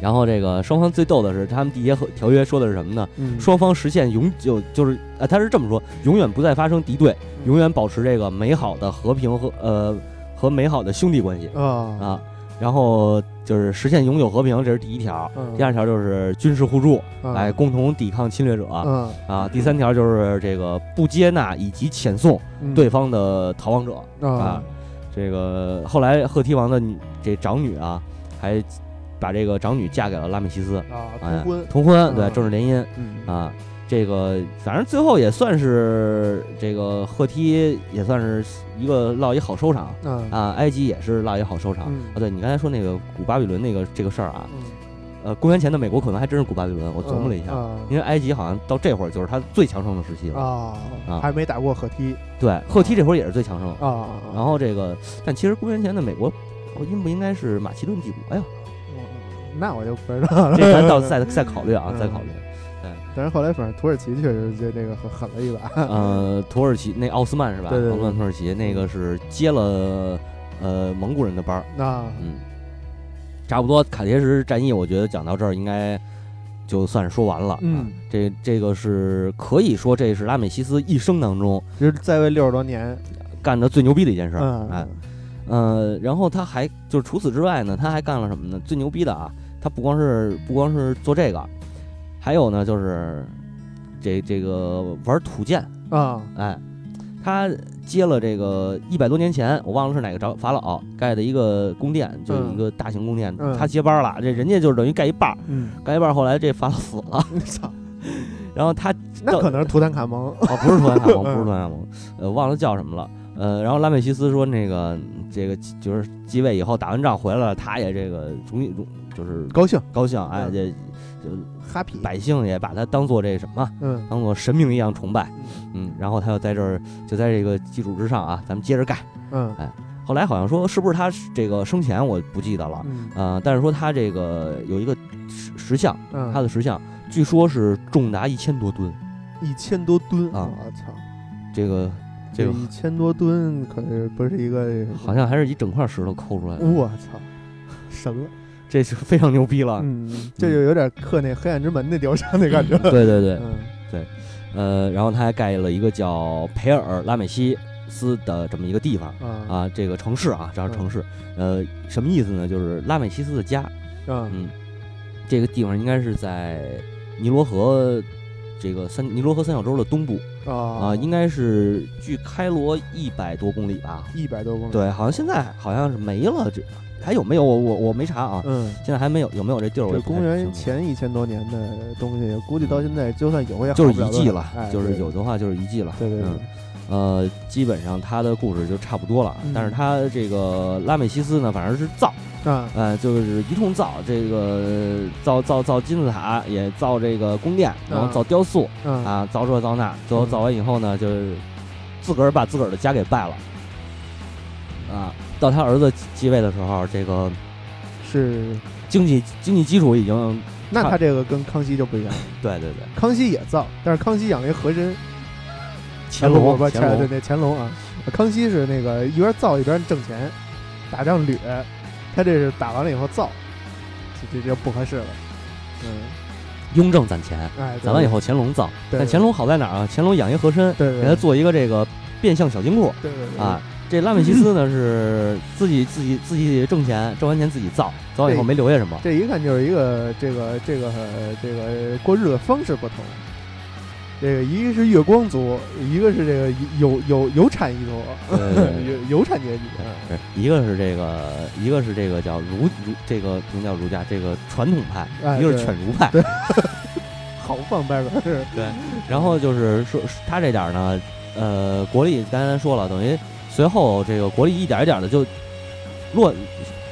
然后这个双方最逗的是，他们缔结和条约说的是什么呢？嗯，双方实现永久就是啊、他是这么说，永远不再发生敌对，永远保持这个美好的和平和呃和美好的兄弟关系啊啊。然后就是实现永久和平，这是第一条。嗯第二条就是军事互助，嗯哎，共同抵抗侵略者嗯啊。第三条就是这个不接纳以及遣送嗯对方的逃亡者啊啊。这个后来赫梯王的女这长女啊，还把这个长女嫁给了拉美西斯。啊哎通婚，同婚，对，嗯政治联姻嗯啊。这个反正最后也算是这个赫梯也算是一个落一好收场嗯啊，埃及也是落一好收场。嗯啊，对你刚才说那个古巴比伦那个这个事儿啊，嗯呃，公元前的美国可能还真是古巴比伦，我琢磨了一下，嗯因为埃及好像到这会儿就是它最强盛的时期了。啊啊啊，还没打过合踢对，赫梯这会儿也是最强盛。啊啊，然后这个，但其实公元前的美国，哦应不应该是马其顿帝 国呀？哦嗯那我就不知道了。 这咱到再再考虑啊，嗯再考虑。但是后来反正土耳其确实就这个狠狠了一把， 呃，土耳其那奥斯曼是吧？对对对奥斯曼土耳其那个是接了呃蒙古人的班儿，那嗯，差不多卡迭什战役，我觉得讲到这儿应该就算是说完了。啊嗯，这这个是可以说这是拉美西斯一生当中就是在位六十多年，干的最牛逼的一件事儿。哎嗯，呃，然后他还就是除此之外呢，他还干了什么呢？最牛逼的啊，他不光是不光是做这个，还有呢就是这这个玩土建。啊哎，他接了这个一百多年前，我忘了是哪个长法老盖的一个宫殿，就是一个大型宫殿，嗯他接班了。这人家就是等于盖一半儿，嗯，盖一半儿，后来这法老死了， 操，然后他那可能是图坦卡蒙，哦不是图坦卡 嗯蒙，不是图坦卡蒙，呃忘了叫什么了。呃，然后拉美西斯说那个这个就是继位以后打完仗回来了，他也这个荣誉荣就是高兴高兴，哎嗯这。就哈皮，百姓也把他当做这什么，嗯当做神明一样嗯崇拜，嗯，然后他又在这儿，就在这个基础之上啊，咱们接着盖，嗯后来好像说是不是他这个生前我不记得了，嗯呃，但是说他这个有一个石石像，嗯，他的石像据说是重达一千多吨，一千多吨啊我操，这个这个一千多吨可是不是一个，好像还是一整块石头抠出来的，我操，神了，这是非常牛逼了。嗯，这就有点刻那黑暗之门那雕像那感觉，对对对，嗯呃，然后他还盖了一个叫培尔拉美西斯的这么一个地方啊啊，这个城市啊，这样城市，呃，什么意思呢？就是拉美西斯的家，啊嗯，这个地方应该是在尼罗河这个三尼罗河三角洲的东部啊，啊应该是距开罗一百多公里吧？一百多公里，对，好像现在好像是没了，这还有没有？我我我没查啊，嗯。现在还没有有没有这地儿？我也这不太公元清楚嗯前一千多年的东西，估计到现在就算有也好就是不遗了多迹少了哎，就是对有的话就是遗迹了。对对对嗯，呃，基本上他的故事就差不多了。嗯但是他这个拉美西斯呢，反正是造，啊，呃，就是一通造，这个造造造金字塔，也造这个宫殿，然后啊造雕塑嗯啊，造这造那，最后嗯造完以后呢，就是自个儿把自个儿的家给败了。啊，到他儿子继位的时候，这个是，经济经济基础已经，那差他这个跟康熙就不一样了。对对对，康熙也造，但是康熙养了一和珅，乾啊不隆不不乾对隆，对乾隆啊，康熙是那个一边造一边挣钱，打仗掠，他这是打完了以后造，这这就不合适了。嗯，雍正攒钱。哎，对攒完以，后乾隆造，对但乾隆好在哪儿啊？乾隆养一和珅，对对给他做一个这个变相小金库对对对啊，。这拉美西斯呢是自己自己自己挣钱，挣完钱自己造，造完以后对没留下 什么。这一看就是一个这个这个呃这个过日子方式不同。这个一个是月光族，一个是这个有有有产一族，对对嗯对有有产阶级。不是一个是这个，一个是这个叫儒儒，这个名叫儒家这个传统派，哎一个是对犬儒派。好棒，拜拜是然后就是说他这点儿呢，呃，国力刚才说了，等于随后这个国力一点儿一点的就落，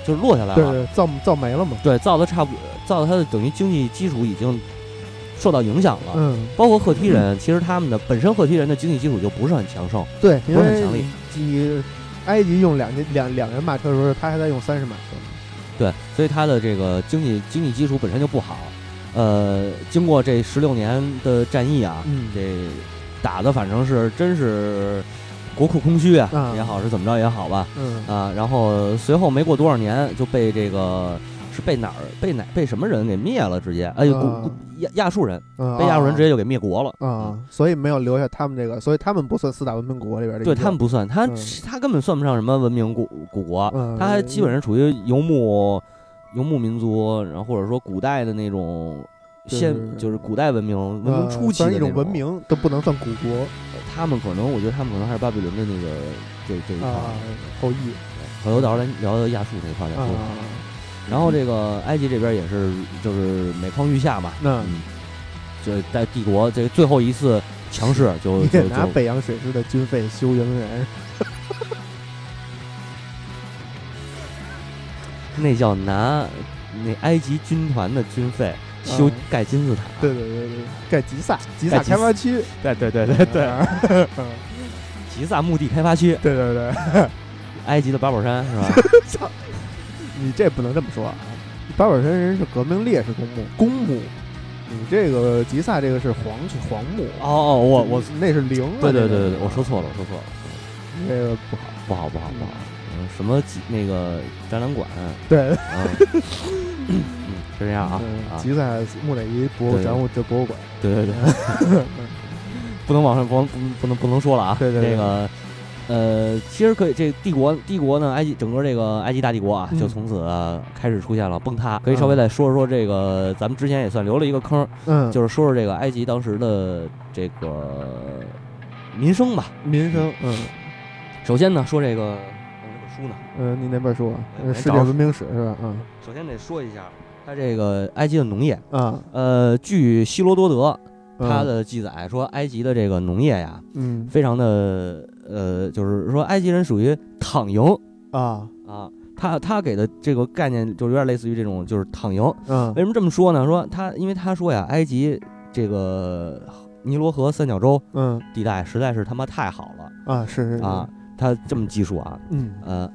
就是落下来了。对对，造造没了嘛。对，造的差不，造的它的等于经济基础已经受到影响了。嗯，包括赫梯人，其实他们的本身赫梯人的经济基础就不是很强盛，对，因不是很为强力你埃及用两两两人马车的时候，他还在用三十马车。对，所以它的这个经济经济基础本身就不好。呃，经过这十六年的战役啊，嗯这打的反正是真是国库空虚啊，啊也好是怎么着也好吧，嗯，啊，然后随后没过多少年就被这个是被哪儿被哪被什么人给灭了，直接哎，古啊古亚亚述人嗯被亚述人直接接就给灭国了啊，所以没有留下他们这个，所以他们不算四大文明古国里边的一对个。他们不算，他、嗯他根本算不上什么文明古古国，嗯他还基本上属于游牧游牧民族，然后或者说古代的那种就是先就是古代文明文明呃初期虽的然一那种文，明都不能算古国他们可能我觉得他们可能还是巴比伦的那个这这一块啊儿，，后裔回头到时候咱聊聊亚述这一块儿再啊说。，然后这个埃及这边也是就是每况愈下嘛，那嗯，这在帝国这最后一次强势就你就得拿就北洋水师的军费修圆明嗯园，那叫拿那埃及军团的军费修嗯盖金字塔。 对对对对，盖吉萨吉萨盖吉开发区，对对 对对对，啊，嗯吉萨啊墓地开发区，对对 对，埃及的八宝山 是吧？你这不能这么说啊！八宝山人是革命烈士公墓，公墓，你这个吉萨这个是皇皇墓，哦哦，我我，那是陵啊，对对那对个对对，我说啊错了，我说错了，这个不好，不好不好不好，嗯，什么吉那个展览馆， 对嗯，嗯就这样 啊嗯啊，吉萨木乃伊博物对展物这博物馆，对对对， 不能往上不不不能不能说了啊，对对对这个。呃，其实可以，这帝国帝国呢，埃及整个这个埃及大帝国啊，嗯就从此、开始出现了崩塌。可以稍微再说说这个，咱们之前也算留了一个坑，嗯，就是说说这个埃及当时的这个民生吧。民生，嗯首先呢，说这个我这本书呢，嗯，你那本书啊，哎《世界文明史》是吧？嗯首先得说一下它这个埃及的农业。啊，呃，据希罗多德嗯他的记载说，埃及的这个农业呀，嗯非常的呃，就是说埃及人属于躺赢啊啊。他他给的这个概念就是有点类似于这种，就是躺赢。嗯为什么这么说呢？说他因为他说呀，埃及这个尼罗河三角洲嗯地带实在是他妈太好了。啊，是是是啊，，他这么记述啊，嗯呃，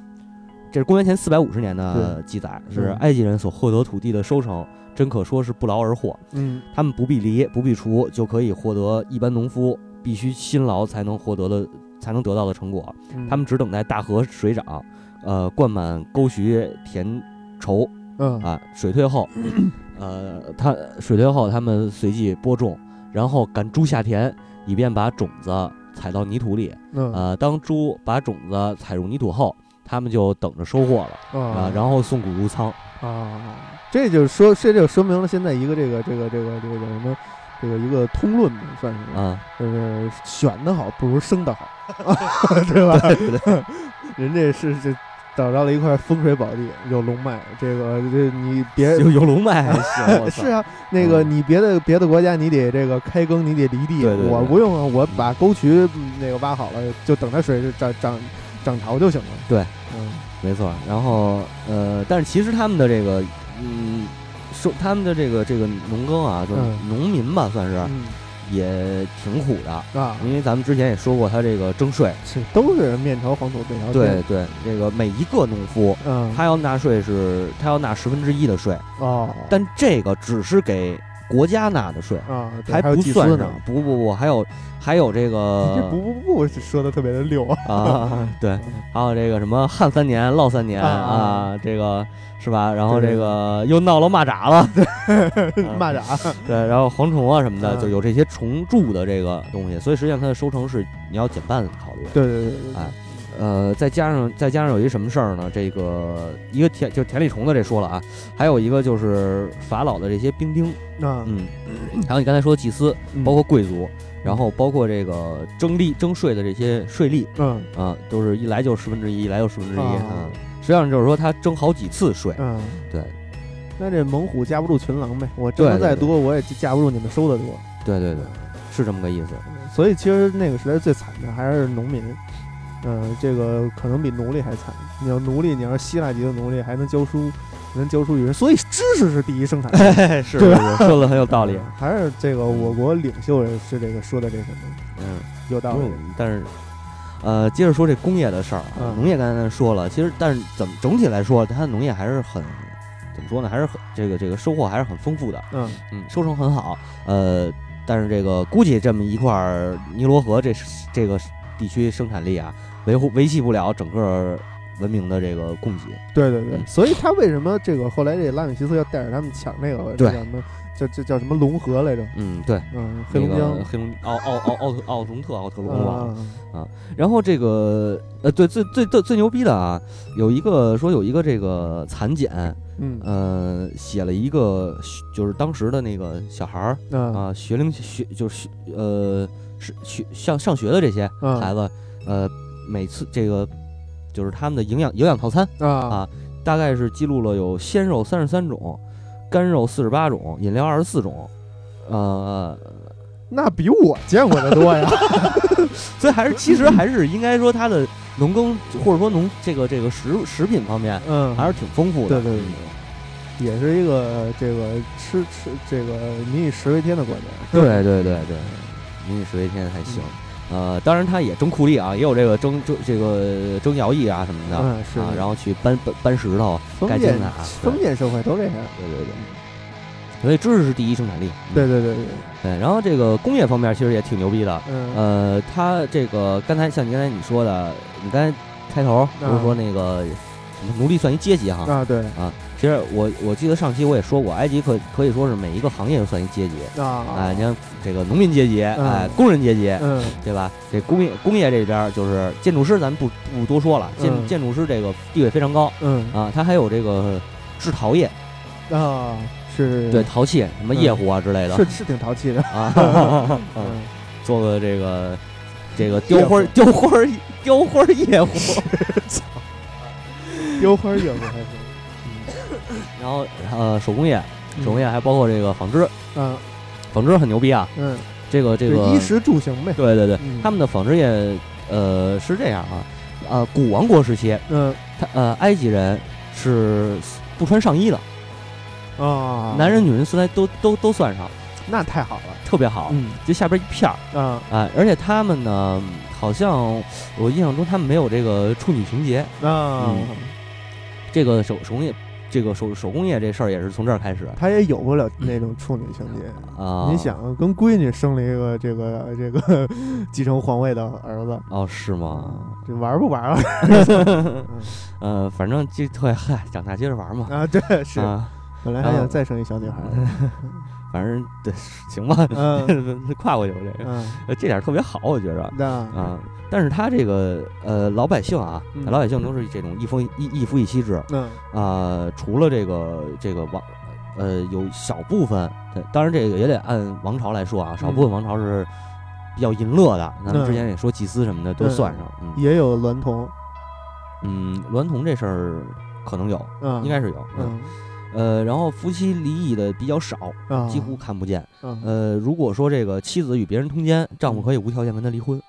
这是公元前四百五十年的记载，是是嗯埃及人所获得土地的收成，真可说是不劳而获。嗯他们不必犁，不必锄，就可以获得一般农夫必须辛劳才能获得的、才能得到的成果。嗯他们只等待大河水涨，呃，灌满沟渠田畴嗯啊，水退后，呃，他水退后，他们随即播种，然后赶猪下田，以便把种子踩到泥土里。嗯呃，当猪把种子踩入泥土后，他们就等着收获了啊、啊然后送谷入仓。啊，这就说这就说明了现在一个这个这个这个这个叫什么？这个一个通论吧，算是吧啊、就是选的好不如生 的好，对吧？对对对， 人这是这找到了一块风水宝地，有龙脉，这个这你别有有龙脉还 行，我操是啊，那个嗯你别的别的国家你得这个开耕，你得犁地，对对对我不用啊，我把沟渠嗯那个挖好了，就等它水涨涨涨潮就行了。对，嗯没错。然后呃，但是其实他们的这个，嗯，收他们的这个这个农耕啊，就是嗯农民吧，嗯算是嗯也挺苦的，啊，因为咱们之前也说过，他这个征税，是都是面朝黄土背朝天。对，对，这个每一个农夫。嗯，他要纳税是，他要纳十分之一的税，哦，但这个只是给国家纳的税，啊对还有不祭算司上呃呢。。不不不，还有还有这 你这个不不不说的特别的溜啊，啊， 对，还有这个什么旱三年涝三年啊啊，这个是吧？然后对对这个又闹了蚂蚱了， 啊蚂蚱对，然后蝗虫啊什么的，嗯就有这些虫蛀的这个东西，所以实际上它的收成是你要减半考虑。对对对对，哎呃，再加上再加上有一什么事儿呢？这个一个田就是田里虫的这说了啊，还有一个就是法老的这些兵丁，那嗯，还有你刚才说的祭司，嗯包括贵族，然后包括这个征利征税的这些税吏嗯啊，都是一来就十分之一，一来就十分之一啊啊。实际上就是说他征好几次税，嗯，对那这猛虎架不住群狼呗，我挣的对对再对多，我也架不住你们收的多。对对对，是这么个意思。所以其实那个时代最惨的还是农民，嗯、这个可能比奴隶还惨。你要奴隶，你要是希腊籍的奴隶，还能教书，能教书育人，所以知识是第一生产力。是是是，说的很有 道理。嗯 还是这个我国领袖人是这个说的这什么嗯，有道不理是，但是。呃，接着说这工业的事儿啊，嗯农业刚才说了，其实但是怎么整体来说，它的农业还是很怎么说呢，还是很这个这个收获还是很丰富的，嗯嗯，收成很好，呃，但是这个估计这么一块儿尼罗河这这个地区生产力啊，维护维系不了整个文明的这个供给，对对对，嗯所以他为什么这个后来这拉美西斯要带着他们抢那个这对叫什么叫叫叫什么龙河来着？嗯，对，嗯，黑龙那江个、。黑龙奥奥奥奥特奥龙特奥特龙忘了，啊，然后这个呃，对，最最最最牛逼的啊，有一个说有一个这个蚕茧，嗯呃，写了一个就是当时的那个小孩儿啊啊、学龄学就是学呃是学上上学的这些嗯啊孩子，呃，每次这个就是他们的营养营养套餐，啊大概是记录了有鲜肉三十三种，干肉四十八种，饮料二十四种，呃，那比我见过的多呀！ 所以还是其实还是应该说它的农耕或者说农这个这个食食品方面。嗯，还是挺丰富的。对对对也是一个这个吃吃这个民以食为天的国家。对对对对，民以食为天还行。呃，当然他也争酷吏啊，也有这个争争这个争徭役啊什么的啊，嗯是，然后去搬搬搬石头，封盖建金字塔封建社会都这样。对对对。所以知识是第一生产力。对对对对，对，嗯然后这个工业方面其实也挺牛逼的。嗯呃，他这个刚才像你刚才你说的，你刚才开头不是说嗯那个什么奴隶算一阶级哈？啊对其实我我记得上期我也说过，埃及可可以说是每一个行业都算一阶级。啊哎，你看这个农民阶级，哎，工人阶级，嗯对吧？这工业工业这边儿就是建筑师，咱不不多说了，嗯建建筑师这个地位非常高嗯啊。他还有这个制陶业，啊是，对陶器什么嗯夜壶啊之类的是是挺淘气的。 啊，嗯嗯做个这个这个夜雕花壶雕花雕花夜壶， 雕嗯花也不还行。然后呃手工业，手工业还包括这个纺织，嗯啊纺织很牛逼啊。嗯，这个这对个衣，食住行呗。对对对，嗯他们的纺织业呃是这样啊，呃古王国时期。嗯他呃，埃及人是不穿上衣的，啊，男人女人虽然都都都算上，那太好了。特别好，嗯就下边一片儿啊啊、而且他们呢，好像我印象中他们没有这个处女情节，啊嗯这个手手工业，这个手手工业这事儿也是从这儿开始他也有不了嗯那种处女情节。啊。你想，跟闺女生了一个这个这 个继承皇位的儿子哦，是啊，吗？这玩不玩 了呃，反正这特嗨，长大接着玩嘛。啊？对，是啊，本来还想再生一小女孩儿， 反正对，行吧， 嗯跨过去吧这个， 嗯，呃这点儿特别好，我觉着。那啊，但是他这个呃老百姓啊，嗯老百姓都是这种一夫一一夫一妻制那啊、除了这个这个王呃有小部分，对当然这个也得按王朝来嗯说啊，少部分王朝是比较淫乐的，咱们之前也说祭司什么的都对算上，嗯也有娈童，嗯，娈童这事儿可能有，嗯，应该是有，嗯嗯呃，然后夫妻离异的比较少，啊，几乎看不见，嗯呃，如果说这个妻子与别人通奸，丈夫可以无条件跟她离婚。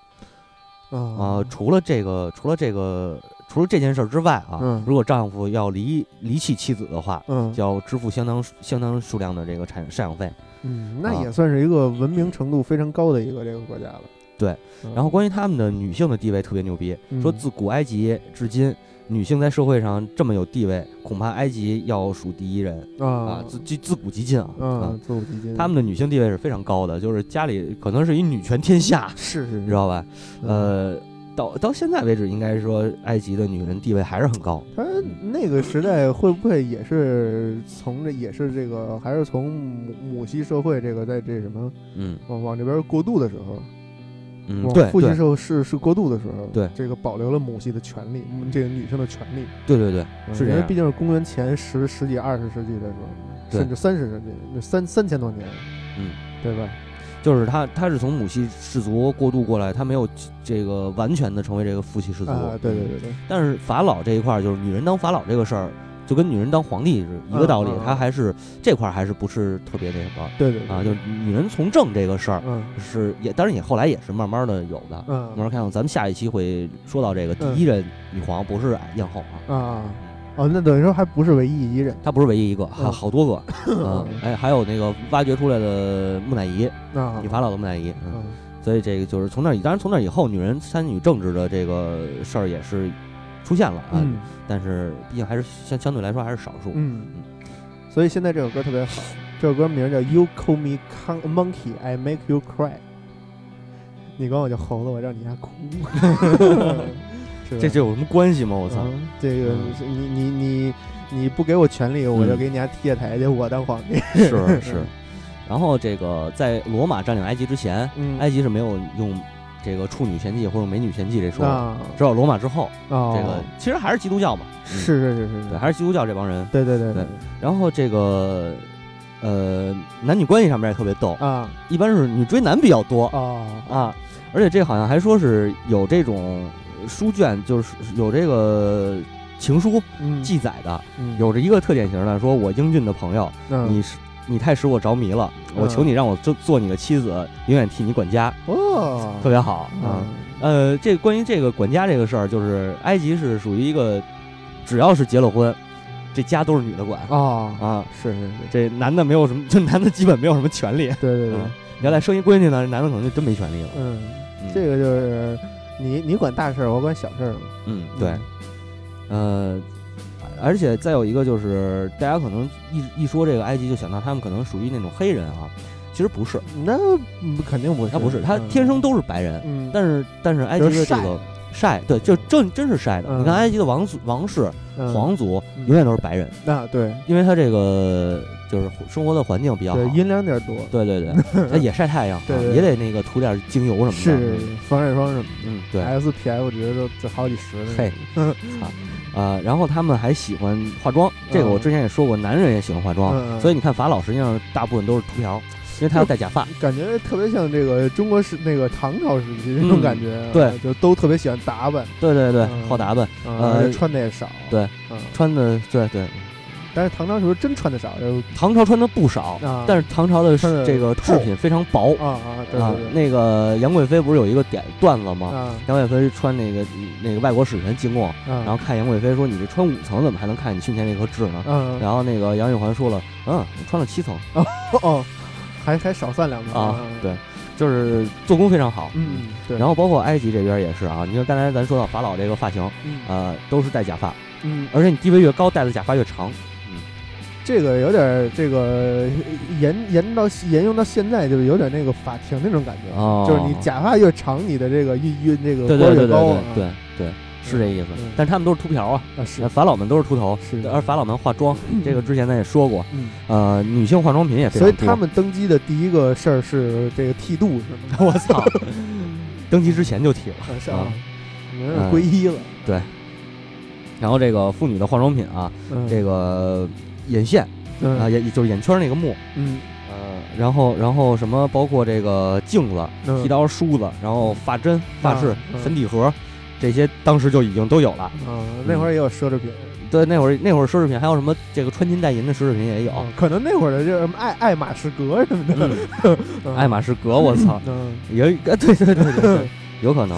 啊、啊除了这个，除了这个，除了这件事儿之外啊，嗯如果丈夫要离离弃妻子的话，嗯就要支付相当相当数量的这个赡赡养费。嗯，那啊也算是一个文明程度非常高的一个这个国家了。对嗯，然后关于他们的女性的地位特别牛逼，说嗯自古埃及至今，女性在社会上这么有地位，恐怕埃及要数第一人啊啊，自自自古及今啊。啊嗯，自我基金，他们的女性地位是非常高的，就是家里可能是一女权天下，是你是知是，道吧？嗯呃，到到现在为止，应该说埃及的女人地位还是很高。他那个时代会不会也是从这也是这个还是从母母系社会这个在这什么嗯往往这边过渡的时候，嗯，往对父系对社会是是过渡的时候，对这个保留了母系的权利，嗯这个女生的权利，对对对，嗯是这因为样毕竟是公元前十十几二十世纪的时候，对甚至三十世纪，那三三千多年，嗯，对吧？就是他他是从母系氏族过渡过来，他没有这个完全的成为这个父系氏族。啊，对对对对，但是法老这一块儿，就是女人当法老这个事儿，就跟女人当皇帝是一个道理嗯嗯，嗯他还是这块儿还是不是特别那什么对对对啊？就是女人从政这个事儿嗯是也，当然也后来也是慢慢的有的。慢嗯慢看，咱们下一期会说到这个第嗯一任女皇不是艳后啊，啊哦，那等于说还不是唯一一人她不是唯一一个，还有嗯好多 个。嗯，哎，还有那个挖掘出来的木乃伊，啊女，法老的木乃伊。嗯。嗯所以这个就是从那以，当然从那以后，女人参与政治的这个事儿也是出现了啊，嗯但是毕竟还是相相对来说还是少数。嗯，所以现在这首歌特别好，这首歌名叫《You Call Me Con Monkey, I Make You Cry》，你管我叫猴子，我让你 家哭，是吧这这有什么关系吗？我操！嗯这个嗯是你你你你不给我权利，我就给你家贴台去，我当皇帝。 是是。然后这个在罗马占领埃及之前， 嗯埃及是没有用这个处女献祭或者美女献祭这说的，啊，只有罗马之后，这哦个其实还是基督教嘛，嗯是是是是对，是，还是基督教这帮人。对对对对然后这个呃男女关系上面也特别逗，啊一般是女追男比较多。哦啊，而且这好像还说是有这种书卷，就是有这个情书嗯记载的，嗯有着一个特典型的，说我英俊的朋友，嗯你是你太使我着迷了，我求你让我做做你的妻子，永远替你管家，哦特别好啊。嗯呃，这关于这个管家这个事儿，就是埃及是属于一个，只要是结了婚，这家都是女的管哦啊，是是是，这男的没有什么，这男的基本没有什么权 利。对对对嗯，原来生一闺女呢，这男的可能就真没权利了。嗯。嗯这个就是你你管大事儿，我管小事儿嘛。嗯，对。呃，而且再有一个就是，大家可能一一说这个埃及，就想到他们可能属于那种黑人啊，其实不是，那嗯肯定不是，他不是，他天生都是白人，嗯，但是但是埃及的这个晒，对，就真真是晒的。嗯你看埃及的王族、王室、嗯皇族嗯永远都是白人，那对因为他这个就是生活的环境比较好对，阴凉点儿多，对对 对，他也晒太阳啊，对对也对得那个涂点精油什么是的，防晒霜什么嗯，对。的，SPF 值都这好几十呢。嘿，嗯 啊，呃，然后他们还喜欢化妆，这个我嗯之前也说过，男人也喜欢化妆，嗯嗯所以你看法老实际上大部分都是秃瓢，因为他要戴假发。感觉特别像这个中国是那个唐朝时期那种嗯感觉啊，对就都特别喜欢打扮，对对对，嗯好打扮，嗯呃而且穿的也少，对，嗯，穿的对对，但是唐朝时候真穿的少，就唐朝穿的不少，啊，但是唐朝的穿得这个制品非常薄啊啊，对啊对。对，那个杨贵妃不是有一个点段子吗？啊杨贵妃穿那个那个外国使臣经过，啊，然然后看杨贵妃说：“你这穿五层怎么还能看见你胸前那颗痣呢？”嗯，然后那个杨玉环说了：“嗯，我穿了七层哦哦，还还少算两个啊。”，对，就是做工非常好。嗯，对，然后包括埃及这边也是啊，你看刚才咱说到法老这个发型，嗯呃，都是戴假发，嗯，而且你地位越高，戴的假发越长。这个有点儿这个沿沿到沿用到现在，就是有点那个法庭那种感觉，啊哦就是你假发越长，你的这个越越这个对官对儿对对越高啊对对对，是这意思嗯。但是他们都是秃瓢啊，啊是法老们都是嗯秃头，是而法老们化妆，这个之前咱也说过，嗯，呃，女性化妆品也非所常以多。他们登基的第一个事儿是这个剃度是吗？ 我操，登基之前就剃了。啊是啊啊，你们是皈依了，然后这个妇女的化妆品啊，嗯这个眼线嗯啊，眼就是眼圈那个墨，嗯呃，然后然后什么包括这个镜子、嗯剃刀、梳子，然后发针、发饰、嗯粉底盒，这些当时就已经都有了。啊，那会儿也有奢侈品，对，那会儿那会儿奢侈品还有什么这个穿金戴银的奢侈品也有，啊可能那会儿的就是什么爱爱马仕格什么的， 嗯爱马仕格，我 操，嗯，也啊，对对对对对，有可能，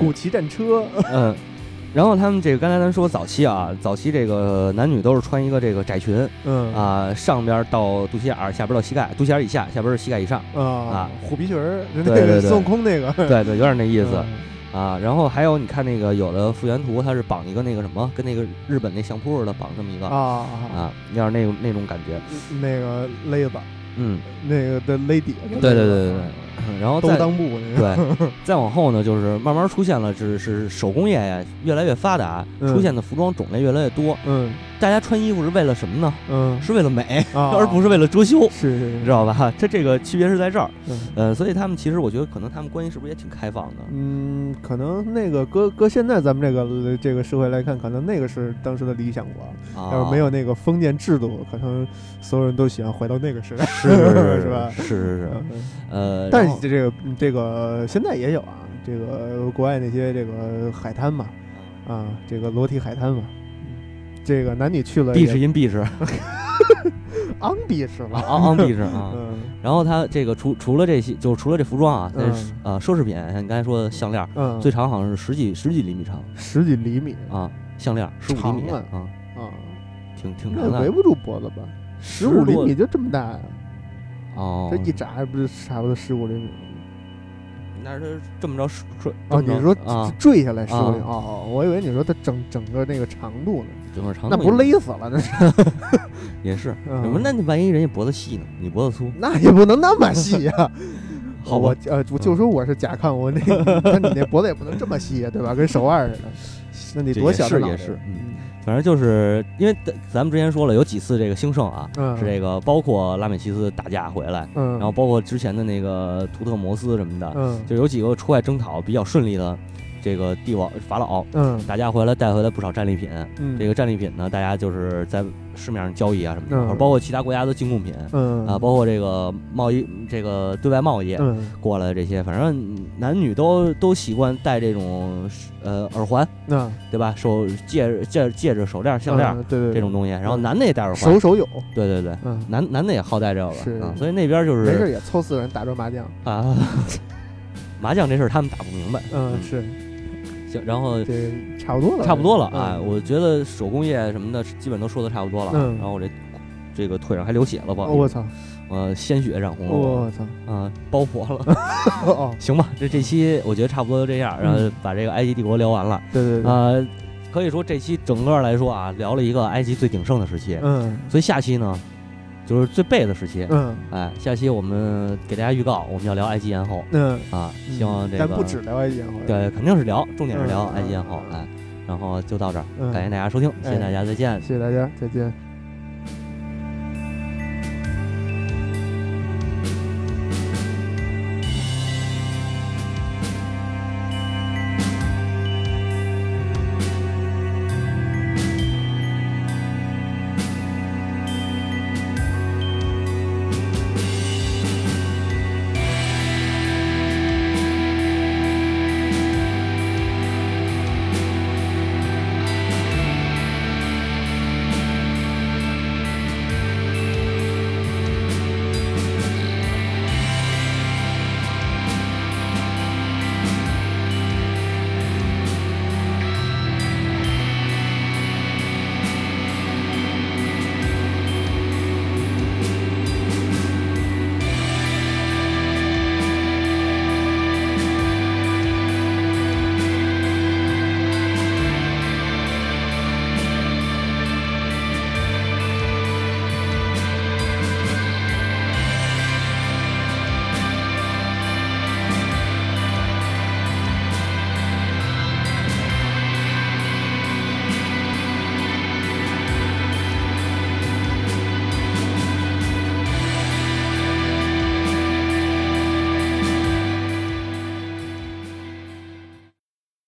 古奇战车，嗯。然后他们这个刚才咱说早期啊，早期这个男女都是穿一个这个窄裙嗯啊、上边到肚脐眼儿，下边到膝盖，肚脐眼儿以下，下边是膝盖以上，啊啊，虎皮裙儿，那对对个对孙悟空那个 对对，有点那意思。嗯啊，然后还有你看那个有的复原图，它是绑一个那个什么，跟那个日本那相扑似的，绑这么一个啊啊，啊，有点那种那种感觉。那个勒子，嗯，那个的勒底，对对对对对然后兜再裆部那个，对，再往后呢，就是慢慢出现了，就是是手工业呀越来越发达，嗯出现的服装种类越来越多。嗯大家穿衣服是为了什么呢？嗯，是为了美，啊 而不是为了遮羞，是是你是知道吧？ 这这个区别是在这儿。嗯呃，所以他们其实我觉得可能他们关系是不是也挺开放的？嗯，可能那个搁搁现在咱们这个这个社会来看，可能那个是当时的理想国。啊，呃要是没有那个封建制度，可能所有人都喜欢回到那个时代。啊是是是是吧是是是，嗯呃，但然后是这个这个现在也有啊，这个国外那些这个海滩嘛，啊，这个裸体海滩嘛，这个男女去了壁纸因壁纸啊昂比是吧？昂昂壁纸 啊。嗯然后它这个除除了这些，就是除了这服装啊，嗯它是呃奢侈品，像你刚才说的项链儿，嗯，最长好像是十几十几厘米长十几厘米啊，项链十五厘米长啊啊，啊，挺挺长那围的，不住脖子吧？十五多厘米就这么大呀？哦这，一眨不是差不多十五厘米？那是它这么着说说哦，这么你着说啊，坠下来十五厘米？啊哦哦，我以为你说它整整个那个长度呢，整个长那度不也勒死了那是？也是？嗯什么？那你万一人家脖子细呢？你脖子粗，那也不能那么细啊呀、好吧我呃，我就说我是甲亢，我那 那你那脖子也不能这么细呀、对吧？跟手腕似的，那你这多也小是的脑也袋是反正就是因为咱咱们之前说了有几次这个兴盛啊，嗯，是这个包括拉美西斯打架回来，嗯，然后包括之前的那个图特摩斯什么的，嗯就有几个出外征讨比较顺利的这个帝王法老嗯打架回来带回来不少战利品。嗯这个战利品呢，大家就是在市面上交易啊什么嗯的，包括其他国家的进贡品嗯啊，包括这个贸易，这个对外贸易嗯过来的这些，反正男女都都习惯戴这种呃耳环，那对吧？手戒戒戒指、手链、项链嗯对对这种东西，然后男的也戴耳对环手，手有，对对对，嗯，男男的也好戴这是个啊，所以那边就没是 事也凑四个人打桌麻将，啊，麻将这事儿他们打不明白。嗯是行，然后这差不多了，差不多了啊，嗯我觉得手工业什么的基本都说的差不多了啊。嗯然后我这这个腿上还流血了吧？哦我哦操，呃，鲜血染红了我，我操，啊，包婆了。 哦，行吧，这这期我觉得差不多就这样，然后嗯把这个埃及帝国聊完了。对对对，呃，可以说这期整个来说啊，聊了一个埃及最鼎盛的时期，嗯所以下期呢，就是最背的时期。嗯哎，下期我们给大家预告，我们要聊埃及艳后嗯，啊，希望这个咱不止聊啊埃及艳后，对，肯定是聊，重点是聊嗯爱见后嗯嗯哎哎，然后就到这儿，嗯哎感谢大家收听，谢谢大家，再见。谢谢大家，再见。